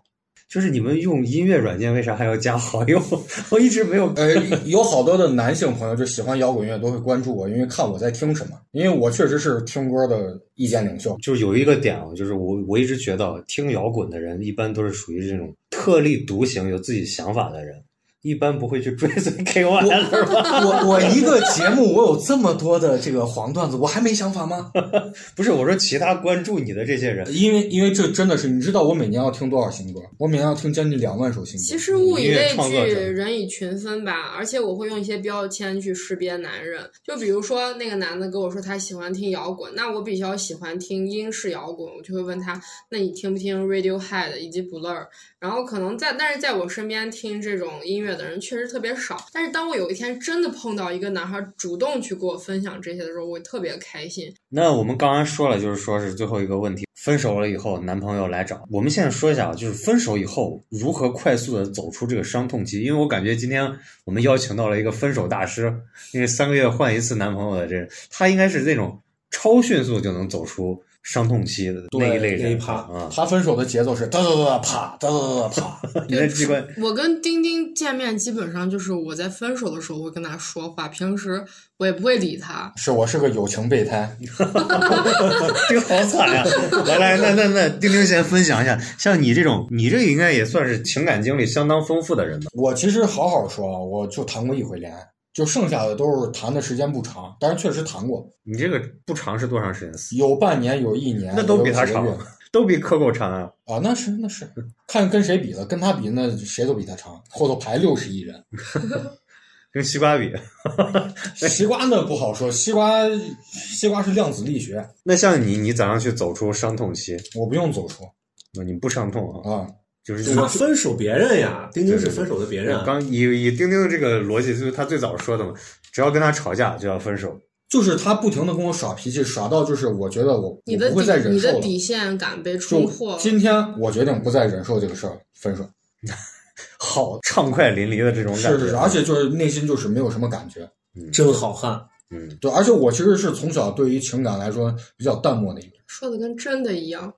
D: 就是你们用音乐软件为啥还要加好友？ 我一直没有。
C: 呃，有好多的男性朋友就喜欢摇滚乐，都会关注我，因为看我在听什么。因为我确实是听歌的意见领袖。
D: 就是有一个点啊，就是我我一直觉得听摇滚的人一般都是属于这种特立独行、有自己想法的人。一般不会去追随 KOL 是吧？
E: 我我一个节目，我有这么多的这个黄段子，我还没想法吗？
D: 不是，我说其他关注你的这些人，
C: 因为因为这真的是，你知道我每年要听多少新歌？我每年要听将近两万首新歌。
A: 其实物以
D: 音乐
A: 类
D: 创
A: 聚
D: 作，者
A: 人以群分吧。而且我会用一些标签去识别男人，就比如说那个男的跟我说他喜欢听摇滚，那我比较喜欢听英式摇滚，我就会问他，那你听不听 Radiohead 以及 Blur？然后可能在，但是在我身边听这种音乐的人确实特别少。但是当我有一天真的碰到一个男孩主动去给我分享这些的时候，我会特别开心。
D: 那我们刚刚说了，就是说是最后一个问题，分手了以后，男朋友来找。我们现在说一下啊，就是分手以后如何快速的走出这个伤痛期，因为我感觉今天我们邀请到了一个分手大师，因为三个月换一次男朋友的这人，他应该是那种超迅速就能走出伤痛期的那一类
B: 那一
D: 人
B: 趴
D: 啊。
C: 他
E: 他分手的节奏是哒哒哒啪，哒哒哒啪。
D: 你的机关
A: 我跟丁丁见面，基本上就是我在分手的时候会跟他说话，平时我也不会理他。
C: 是我是个友情备胎，
D: 这个好惨呀、来来，那那那，丁丁先分享一下，像你这种，你这个应该也算是情感经历相当丰富的人吧？
C: 我其实好好说啊，我就谈过一回恋爱，就剩下的都是谈的时间不长，但是确实谈过，
D: 你这个不长是多长时间？
C: 有半年，有一年，
D: 那都
C: 有
D: 比他
C: 几个
D: 长
C: 月
D: 都比克扣长啊！
C: 啊，那是那是，看跟谁比了，跟他比那谁都比他长，后头排六十亿人。
D: 跟西瓜比，
C: 西瓜那不好说，西瓜西瓜是量子力学，
D: 那像你，你咋样去走出伤痛期？
C: 我不用走出
D: 那你不伤痛啊，
C: 啊。
D: 就是
B: 他分手别人呀，丁丁是分手的别人啊。
D: 刚以以丁丁的这个逻辑，就是他最早说的嘛，只要跟他吵架就要分手。
C: 就是他不停的跟我耍脾气，耍到就是我觉得我
A: 你
C: 我
A: 的
C: 不会再
A: 底
C: 忍
A: 你
C: 受
A: 的
C: 了。
A: 底线感被冲破
C: 就
A: 了。
C: 今天我决定不再忍受这个事儿，分手。
D: 好畅快淋漓的这种感
C: 是
D: 觉，
C: 是是，而且就是内心就是没有什么感觉。
B: 真好汉，
D: 嗯，
C: 对，而且我其实是从小对于情感来说比较淡漠的一个人。
A: 说的跟真的一样，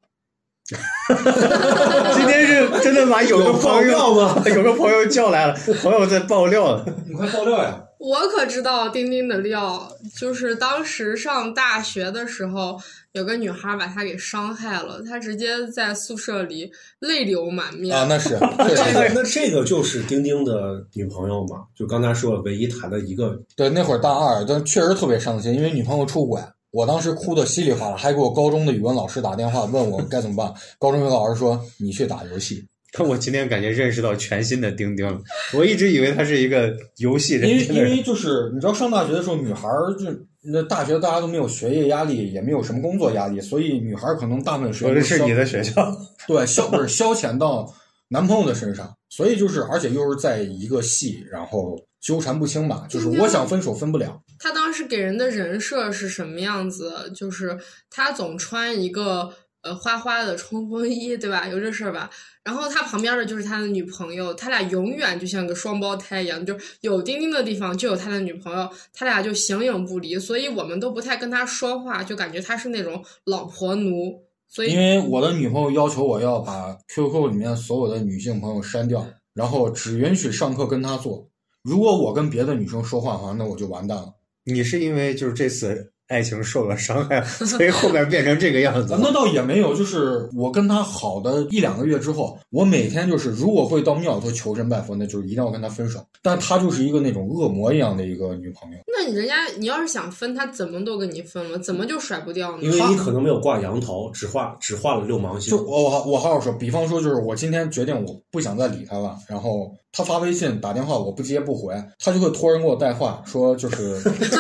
D: 今天是真的把有个朋友
B: 有爆料吗？
D: 有个朋友叫来了，朋友在爆料了。
C: 你快爆料呀！
A: 我可知道丁丁的料，就是当时上大学的时候，有个女孩把他给伤害了，他直接在宿舍里泪流满面。
C: 啊，那是
B: 这个
C: 对对对
B: 那这个就是丁丁的女朋友嘛？就刚才说的唯一谈的一个，
C: 对，那会儿大二，但确实特别伤心，因为女朋友出轨，我当时哭的稀里哗啦，还给我高中的语文老师打电话问我该怎么办。高中语文老师说：“你去打游戏。”
D: 但我今天感觉认识到全新的丁丁了。我一直以为他是一个游戏
C: 因
D: 人
C: 为因
D: 真的是
C: 为就是你知道上大学的时候，女孩儿就那大学大家都没有学业压力，也没有什么工作压力，所以女孩儿可能大部分时
D: 我
C: 间都
D: 这是
C: 消
D: 你的学校，
C: 对消不是消遣到男朋友的身上，所以就是而且又是在一个系，然后纠缠不清吧，就是我想分手分不了。
A: 他当时给人的人设是什么样子？就是他总穿一个呃花花的冲锋衣，对吧？有这事儿吧？然后他旁边的就是他的女朋友，他俩永远就像个双胞胎一样，就是有丁丁的地方就有他的女朋友，他俩就形影不离，所以我们都不太跟他说话，就感觉他是那种老婆奴。所
C: 因
A: 以
C: 为我的女朋友要求我要把 QQ 里面所有的女性朋友删掉，然后只允许上课跟她做。如果我跟别的女生说话的话，那我就完蛋了。
D: 你是因为就是这次爱情受了伤害，所以后面变成这个样 子
C: 啊，。那倒也没有，就是我跟他好的一两个月之后，我每天就是如果会到庙头求神拜佛，那就是一定要跟他分手。但他就是一个那种恶魔一样的一个女朋友，
A: 那你人家你要是想分，他怎么都跟你分了，怎么就甩不掉呢
B: 因？为你可能没有挂羊头，只画只画了六芒星
C: 就。我我我好好说，比方说就是我今天决定我不想再理他了，然后他发微信打电话我不接不回，他就会托人给我带话说就是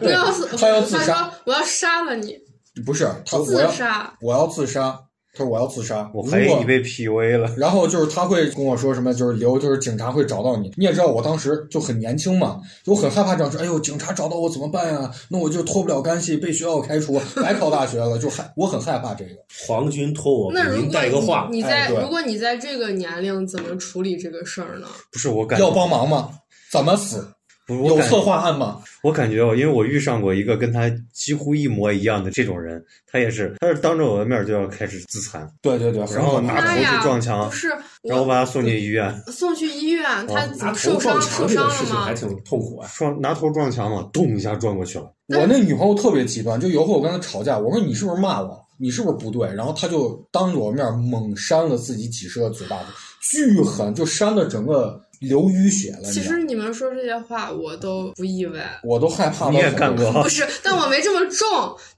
A: 不要死，
C: 他要自杀
A: 他说我要杀了你，
C: 不是他我
A: 自
C: 要
A: 杀。
C: 我要自杀，他说我要自杀，
D: 我怀疑
C: 如果
D: 你被 PUA 了。
C: 然后就是他会跟我说什么，就是留，就是警察会找到你。你也知道我当时就很年轻嘛，我很害怕这样说，哎呦，警察找到我怎么办呀？那我就脱不了干系，被学校开除，白考大学了，就害我很害怕这个。
B: 皇军托我
A: 那
B: 给
A: 如
B: 您
A: 果
B: 带个话，
A: 你你
C: 哎
A: 在、
C: 对
A: 如果你在这个年龄，怎么处理这个事儿呢？
D: 不是我感
C: 要帮忙吗？怎么死？
D: 不是我
C: 有
D: 感
C: 策划案吗？
D: 我感觉哦，因为我遇上过一个跟他几乎一模一样的这种人，他也是，他是当着我的面就要开始自残，
C: 对对对，很
D: 然后
C: 可
D: 拿
C: 怕
D: 头
A: 妈
D: 去
A: 呀，
D: 撞墙
A: 不是
D: 然后
A: 我
D: 把他送进医院，
A: 送去医院，他
B: 拿
A: 怎
B: 头
A: 受伤
B: 撞
A: 受
B: 墙这
A: 伤
B: 个事
A: 了
B: 情还
A: 吗？
B: 挺痛苦啊。
D: 撞拿头撞墙嘛，咚一下撞过去了。
C: 我那女朋友特别极端，就有回我跟她吵架，我说你是不是骂我？你是不是不对？然后她就当着我面猛扇了自己几十个嘴巴子，巨狠，就扇了整个流淤血了。你
A: 其
C: 知道
A: 实
C: 吗
A: 你们说这些话我都不意外，
C: 我都害怕到
D: 你也干过
A: 不是，但我没这么重，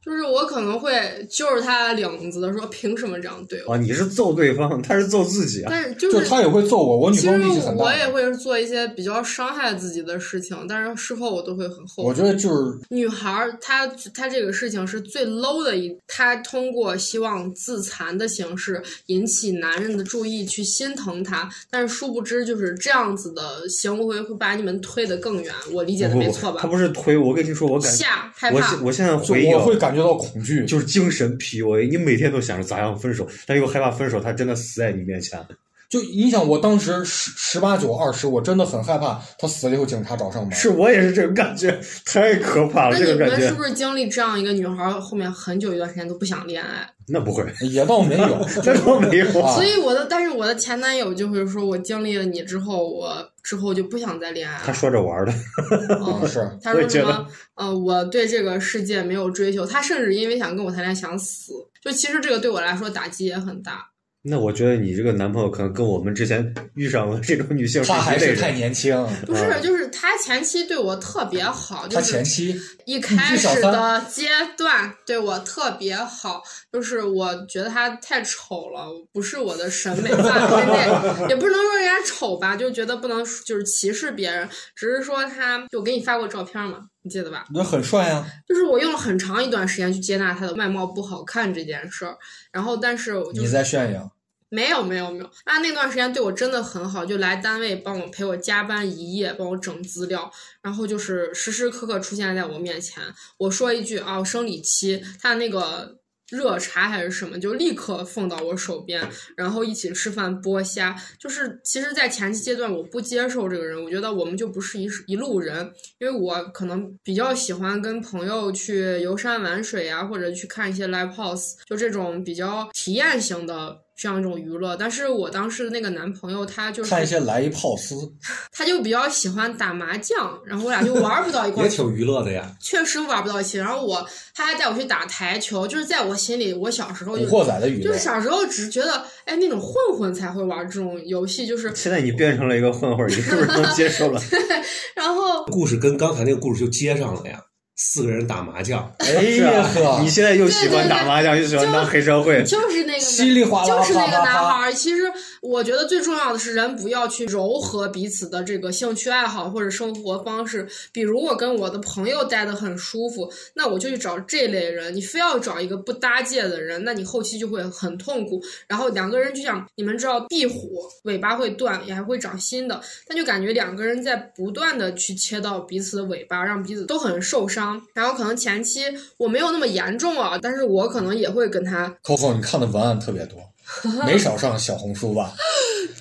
A: 就是我可能会揪着他领子的说，凭什么这样对我？
D: 啊？你是揍对方，他是揍自己啊？
A: 但是就
C: 就是他也会揍我，我女
A: 其
C: 朋
A: 实
C: 友力气很大
A: 我。也会做一些比较伤害自己的事情，但是事后我都会很后
C: 我
A: 悔。
C: 觉得就是
A: 女孩儿她她这个事情是最 low 的一，她通过希望自残的形式引起男人的注意，去心疼他，但是殊不知就是这样子的行为会把你们推得更远。我理解的
D: 不
A: 没
D: 不
A: 错吧
D: 他？不是推我，跟你说，我感
A: 吓害
D: 我
A: 怕
D: 现，我现在
C: 就
D: 回忆
C: 我
D: 啊
C: 会感觉到恐惧，
D: 就是精神 PUA，你每天都想着咋样分手，但又害怕分手，他真的死在你面前。
C: 就你想，我当时十十八九二十，我真的很害怕他死了以后警察找上门。
D: 是我也是这种感觉，太可怕了，
A: 那你
D: 这个感
A: 们
D: 觉
A: 是。不是经历这样一个女孩儿，后面很久一段时间都不想恋爱？
D: 那不会，
C: 也倒没有，
D: 那倒没有。
C: 啊
A: 所以我的，但是我的前男友就会说，我经历了你之后，我之后就不想再恋爱
D: 他
A: 了。
D: 说着玩儿的，
A: 嗯
C: 啊是
A: 他
D: 我
A: 说什
D: 也觉得
A: 么？呃，我对这个世界没有追求。他甚至因为想跟我谈恋爱想死。就其实这个对我来说打击也很大。
D: 那我觉得你这个男朋友可能跟我们之前遇上的这种女性
E: 他还
D: 一类
E: 是
D: 人
E: 太年轻，
A: 不
D: 嗯
A: 是，就是他前期对我特别好，就
C: 他前
A: 是
C: 妻
A: 一开
E: 你是小
A: 始
E: 三
A: 的阶段对我特别好，就是我觉得他太丑了，不是我的审美范围内， 也不能说人家丑吧，就觉得不能就是歧视别人，只是说他，就我给你发过照片嘛，你记得吧？
E: 那很帅啊。
A: 就是我用了很长一段时间去接纳他的外貌不好看这件事儿，然后但是我就
C: 你
A: 是
C: 在炫耀，
A: 没有没有没有，啊，那段时间对我真的很好，就来单位帮我陪我加班一夜，帮我整资料，然后就是时时刻刻出现在我面前。我说一句啊，我生理期，他那个热茶还是什么，就立刻奉到我手边，然后一起吃饭剥虾。就是其实，在前期阶段，我不接受这个人，我觉得我们就不是一一路人，因为我可能比较喜欢跟朋友去游山玩水呀、或者去看一些 live house，就这种比较体验型的这样一种娱乐。但是我当时的那个男朋友，他就是
C: 看一些来一泡厮，
A: 他就比较喜欢打麻将，然后我俩就玩不到一块
B: 也
A: 儿
B: 挺娱乐的呀。
A: 确实玩不到一起。然后我他还带我去打台球，就是在我心里，我小时候
C: 古
A: 就
C: 惑仔的娱
A: 就
C: 乐
A: 是。小时候只觉得，哎，那种混混才会玩这种游戏，就是，
D: 现在你变成了一个混混儿，你是不是能接 受了？
A: 然后
B: 故事跟刚才那个故事就接上了呀。四个人打麻将，
D: 哎
C: 是
D: 呀
C: 啊是，啊
D: 你现在又喜欢打麻将，又喜欢当黑社会，
A: 就是那个
C: 稀里哗啦
A: 就是那个
C: 啪啪
A: 男
C: 啪
A: 孩儿。其实我觉得最重要的是，人不要去柔和彼此的这个兴趣爱好或者生活方式。比如我跟我的朋友待得很舒服，那我就去找这类人。你非要找一个不搭界的人，那你后期就会很痛苦。然后两个人就像你们知道，壁虎尾巴会断，也还会长新的，但就感觉两个人在不断的去切到彼此的尾巴，让彼此都很受伤。然后可能前期我没有那么严重啊，但是我可能也会跟他
C: Coco，你看的文案特别多， 没少上小红书吧？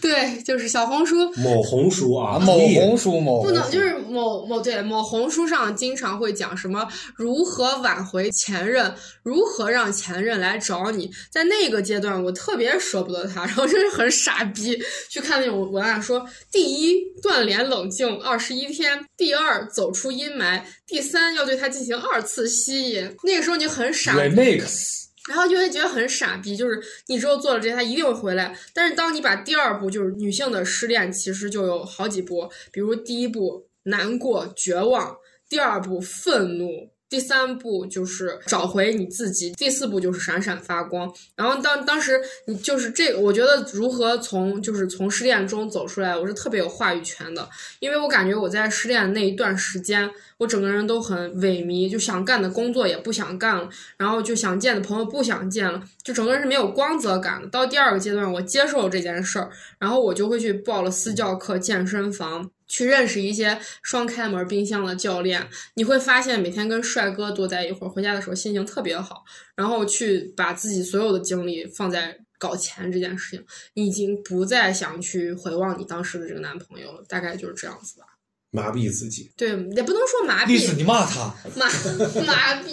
A: 对，就是小红书
B: 某红书
C: 啊，
B: 啊，
C: 某
B: 立
C: 红书某
A: 不
C: 红
A: 能
C: 书
A: 就是某某对某红书上经常会讲什么如何挽回前任，如何让前任来找你，在那个阶段我特别舍不得他，然后真是很傻逼去看那种文案说，第一断联冷静二十一天，第二走出阴霾，第三要对他进行二次吸引。那个时候你很傻
C: remix
A: 然后就会觉得很傻逼，就是你之后做了这些，他一定会回来。但是当你把第二步，就是女性的失恋，其实就有好几波，比如第一步难过、绝望，第二步愤怒。第三步就是找回你自己，第四步就是闪闪发光。然后当当时你就是这个，我觉得如何从就是从失恋中走出来，我是特别有话语权的，因为我感觉我在失恋的那一段时间，我整个人都很萎靡，就想干的工作也不想干了，然后就想见的朋友不想见了，就整个人是没有光泽感的。到第二个阶段，我接受了这件事儿，然后我就会去报了私教课、健身房，去认识一些双开门冰箱的教练。你会发现，每天跟帅哥多待一会儿，回家的时候心情特别好，然后去把自己所有的精力放在。搞钱这件事情，你已经不再想去回望你当时的这个男朋友了，大概就是这样子吧。
B: 麻痹自己，
A: 对，也不能说麻
E: 栗
A: 痹
E: 子，，你骂他，
A: 麻 麻痹，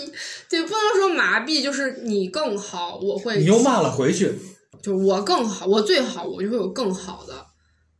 A: 对，不能说麻痹，就是你更好，我会，
E: 你又骂了回去。
A: 就是我更好，我最好，我就会有更好的。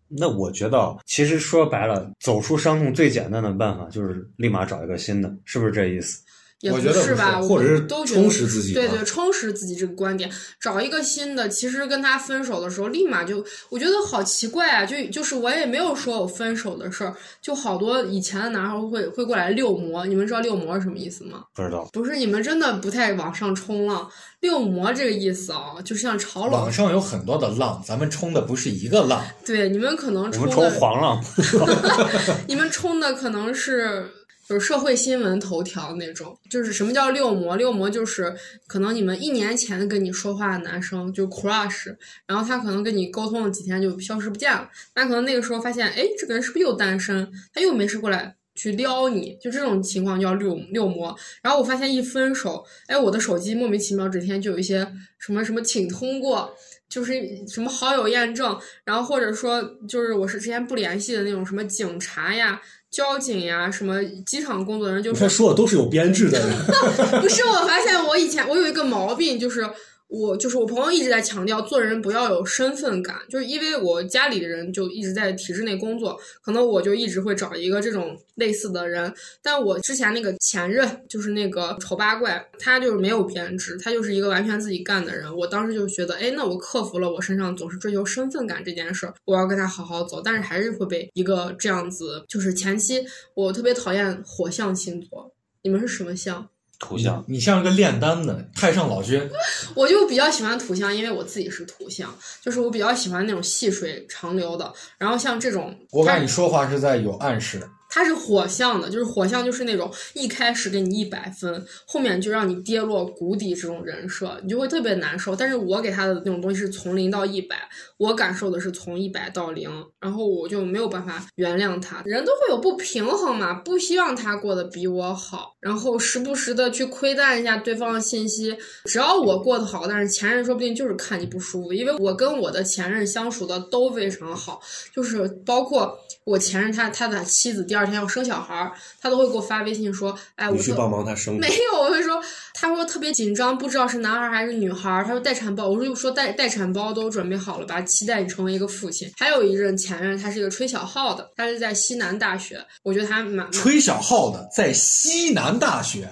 D: 那我觉得啊，其实说白了，走出伤痛最简单的办法就是立马找一个新的，是不是这意思？
A: 也
C: 我觉得不
A: 是吧，
C: 是
A: 我
B: 或者是
A: 都觉得
B: 充实自己吧，
A: 对对，充实自己这个观点，找一个新的。其实跟他分手的时候，立马就我觉得好奇怪啊！就就是我也没有说我分手的事儿，就好多以前的男孩会会过来遛魔。你们知道遛魔是什么意思吗？
D: 不知道
A: 不是，你们真的不太往上冲浪。遛魔这个意思啊，就像潮
C: 网
A: 冷。
C: 上有很多的浪，咱们冲的不是一个浪，
A: 对，你们可能
D: 我
A: 冲
D: 们冲
A: 的，
D: 黄浪，
A: 你们冲的可能是。就是社会新闻头条那种，就是什么叫六模？六模就是可能你们一年前跟你说话的男生就 crush，然后他可能跟你沟通了几天就消失不见了，那可能那个时候发现，哎，这个人是不是又单身？他又没事过来去撩你，就这种情况叫六六模。然后我发现一分手，哎，我的手机莫名其妙这几天就有一些什么什么，请通过。就是什么好友验证，然后或者说就是我是之前不联系的那种什么警察呀、交警呀、什么机场工作人员，就
B: 你
A: 是
B: 看说的都是有编制的人，
D: 嗯
A: 不是，我发现我以前我有一个毛病，就是我就是我朋友一直在强调做人不要有身份感，就是因为我家里的人就一直在体制内工作，可能我就一直会找一个这种类似的人。但我之前那个前任就是那个丑八怪，他就是没有编制，他就是一个完全自己干的人。我当时就觉得，哎，那我克服了我身上总是追求身份感这件事儿，我要跟他好好走。但是还是会被一个这样子，就是前期我特别讨厌火象星座。你们是什么象？
D: 图像
C: 你像个炼丹的太上老君，
A: 我就比较喜欢图像，因为我自己是图像，就是我比较喜欢那种细水长流的。然后像这种，
C: 我
A: 它
C: 感觉你说话是在有暗示。
A: 它是火象的，就是火象就是那种一开始给你一百分，后面就让你跌落谷底这种人设，你就会特别难受。但是我给他的那种东西是从零到一百，我感受的是从一百到零，然后我就没有办法原谅他。人都会有不平衡嘛，不希望他过得比我好，然后时不时的去窥探一下对方的信息。只要我过得好，但是前任说不定就是看你不舒服，因为我跟我的前任相处的都非常好，就是包括我前任他他的妻子第二天要生小孩儿，他都会给我发微信说，哎，我
B: 你去
A: 特
B: 帮忙他生。
A: 没有，我会说，他说特别紧张，不知道是男孩还是女孩。他说待产包，我说又说待待产包都准备好了吧，期待你成为一个父亲。还有一任前任，他是一个吹小号的，他是在西南大学，我觉得他 蛮
C: 吹小号的在西南大学，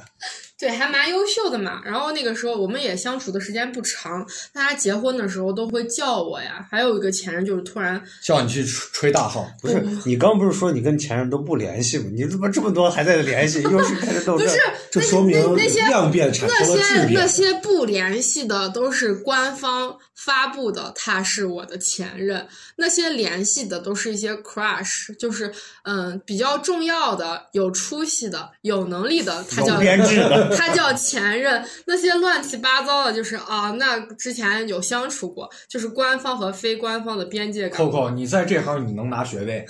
A: 对，还蛮优秀的嘛。然后那个时候我们也相处的时间不长，但他结婚的时候都会叫我呀。还有一个前任就是突然
C: 叫你去吹吹大号，
D: 不是你刚不是说你跟前任都不联系吗？你怎么这么多还在联系？又是开 始斗
A: 不
D: 争
A: 是，
B: 这说明
A: 那那那些
B: 量变产
A: 那
B: 生了质
A: 些那
B: 变。
A: 些不联系的都是官方发布的，他是我的前任；那些联系的都是一些 crush，就是嗯比较重要的、有出息的、有能力的，他叫
D: 有编制的。
A: 他叫前任。那些乱七八糟的，就是啊，那之前有相处过，就是官方和非官方的边界感。
C: Coco，你在这行你能拿学位，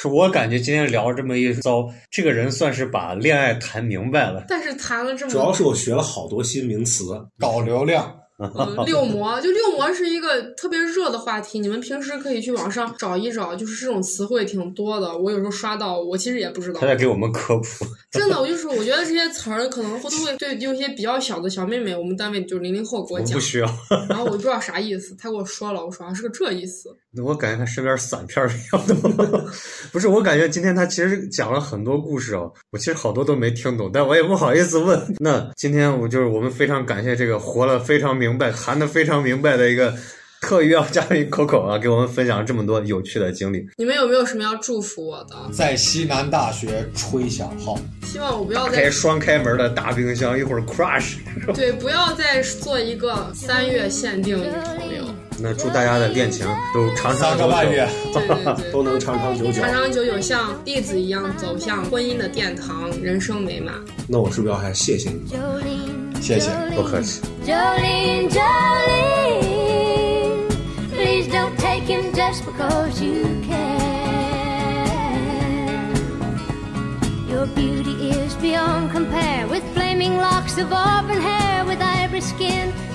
D: 是我感觉今天聊这么一遭，这个人算是把恋爱谈明白了。
A: 但是谈了这么
B: 主要是我学了好多新名词，
C: 搞流量。
A: 嗯，六模就六模是一个特别热的话题，你们平时可以去网上找一找，就是这种词汇挺多的。我有时候刷到，我其实也不知道
D: 他，在给我们科普，
A: 真的，我就是我觉得这些词儿可能会都会对有一些比较小的小妹妹，我们单位就是零零后给
D: 我
A: 我
D: 们
A: 讲
D: 不，需要。
A: 然后我不知道啥意思，她给我说了，我说啊是个这意思，
D: 我感觉他身边散片儿一样的， 不是？我感觉今天他其实讲了很多故事哦，我其实好多都没听懂，但我也不好意思问。 那今天我就是我们非常感谢这个活了非常明白、谈的非常明白的一个特约嘉宾 Coco 啊，给我们分享了这么多有趣的经历。
A: 你们有没有什么要祝福我的？
C: 在西南大学吹小号，
A: 希望我不要
D: 开
A: 再
D: 双开门的大冰箱，一会儿 crush。
A: 对不要再做一个三月限定女朋友，
D: 那祝大家的恋情都长长
C: 三个
D: 久
C: 半
D: 久。
C: 月。
A: 对对对。
B: 都能长长久久。
A: 长长久久像栗子一样走向婚姻的殿堂，人生美满。
B: 那我是不是要还谢谢你？
C: 谢谢
D: 不客气。
F: Jolene, Jolene, please don't take him just because you can. Your beauty is beyond compare with flaming locks of auburn hair, with ivory skin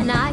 F: And I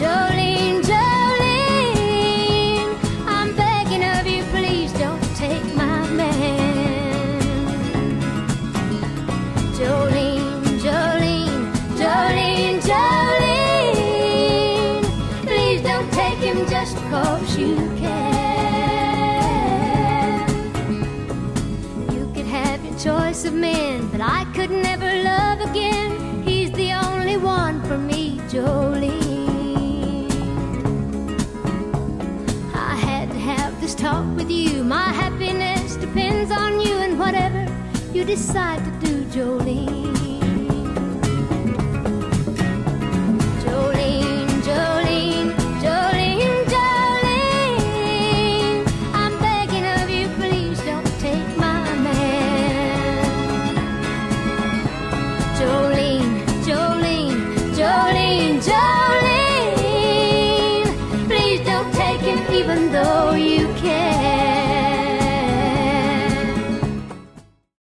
F: Jolene, Jolene. I'm begging of you, please don't take my man. Jolene, Jolene, Jolene, Jolene. Please don't take him just cause you can. You could have your choice of men, but I could never love again. He's the only one for me, Jolene. I had to have this talk with you. My happiness depends on you and whatever you decide to do, Jolene.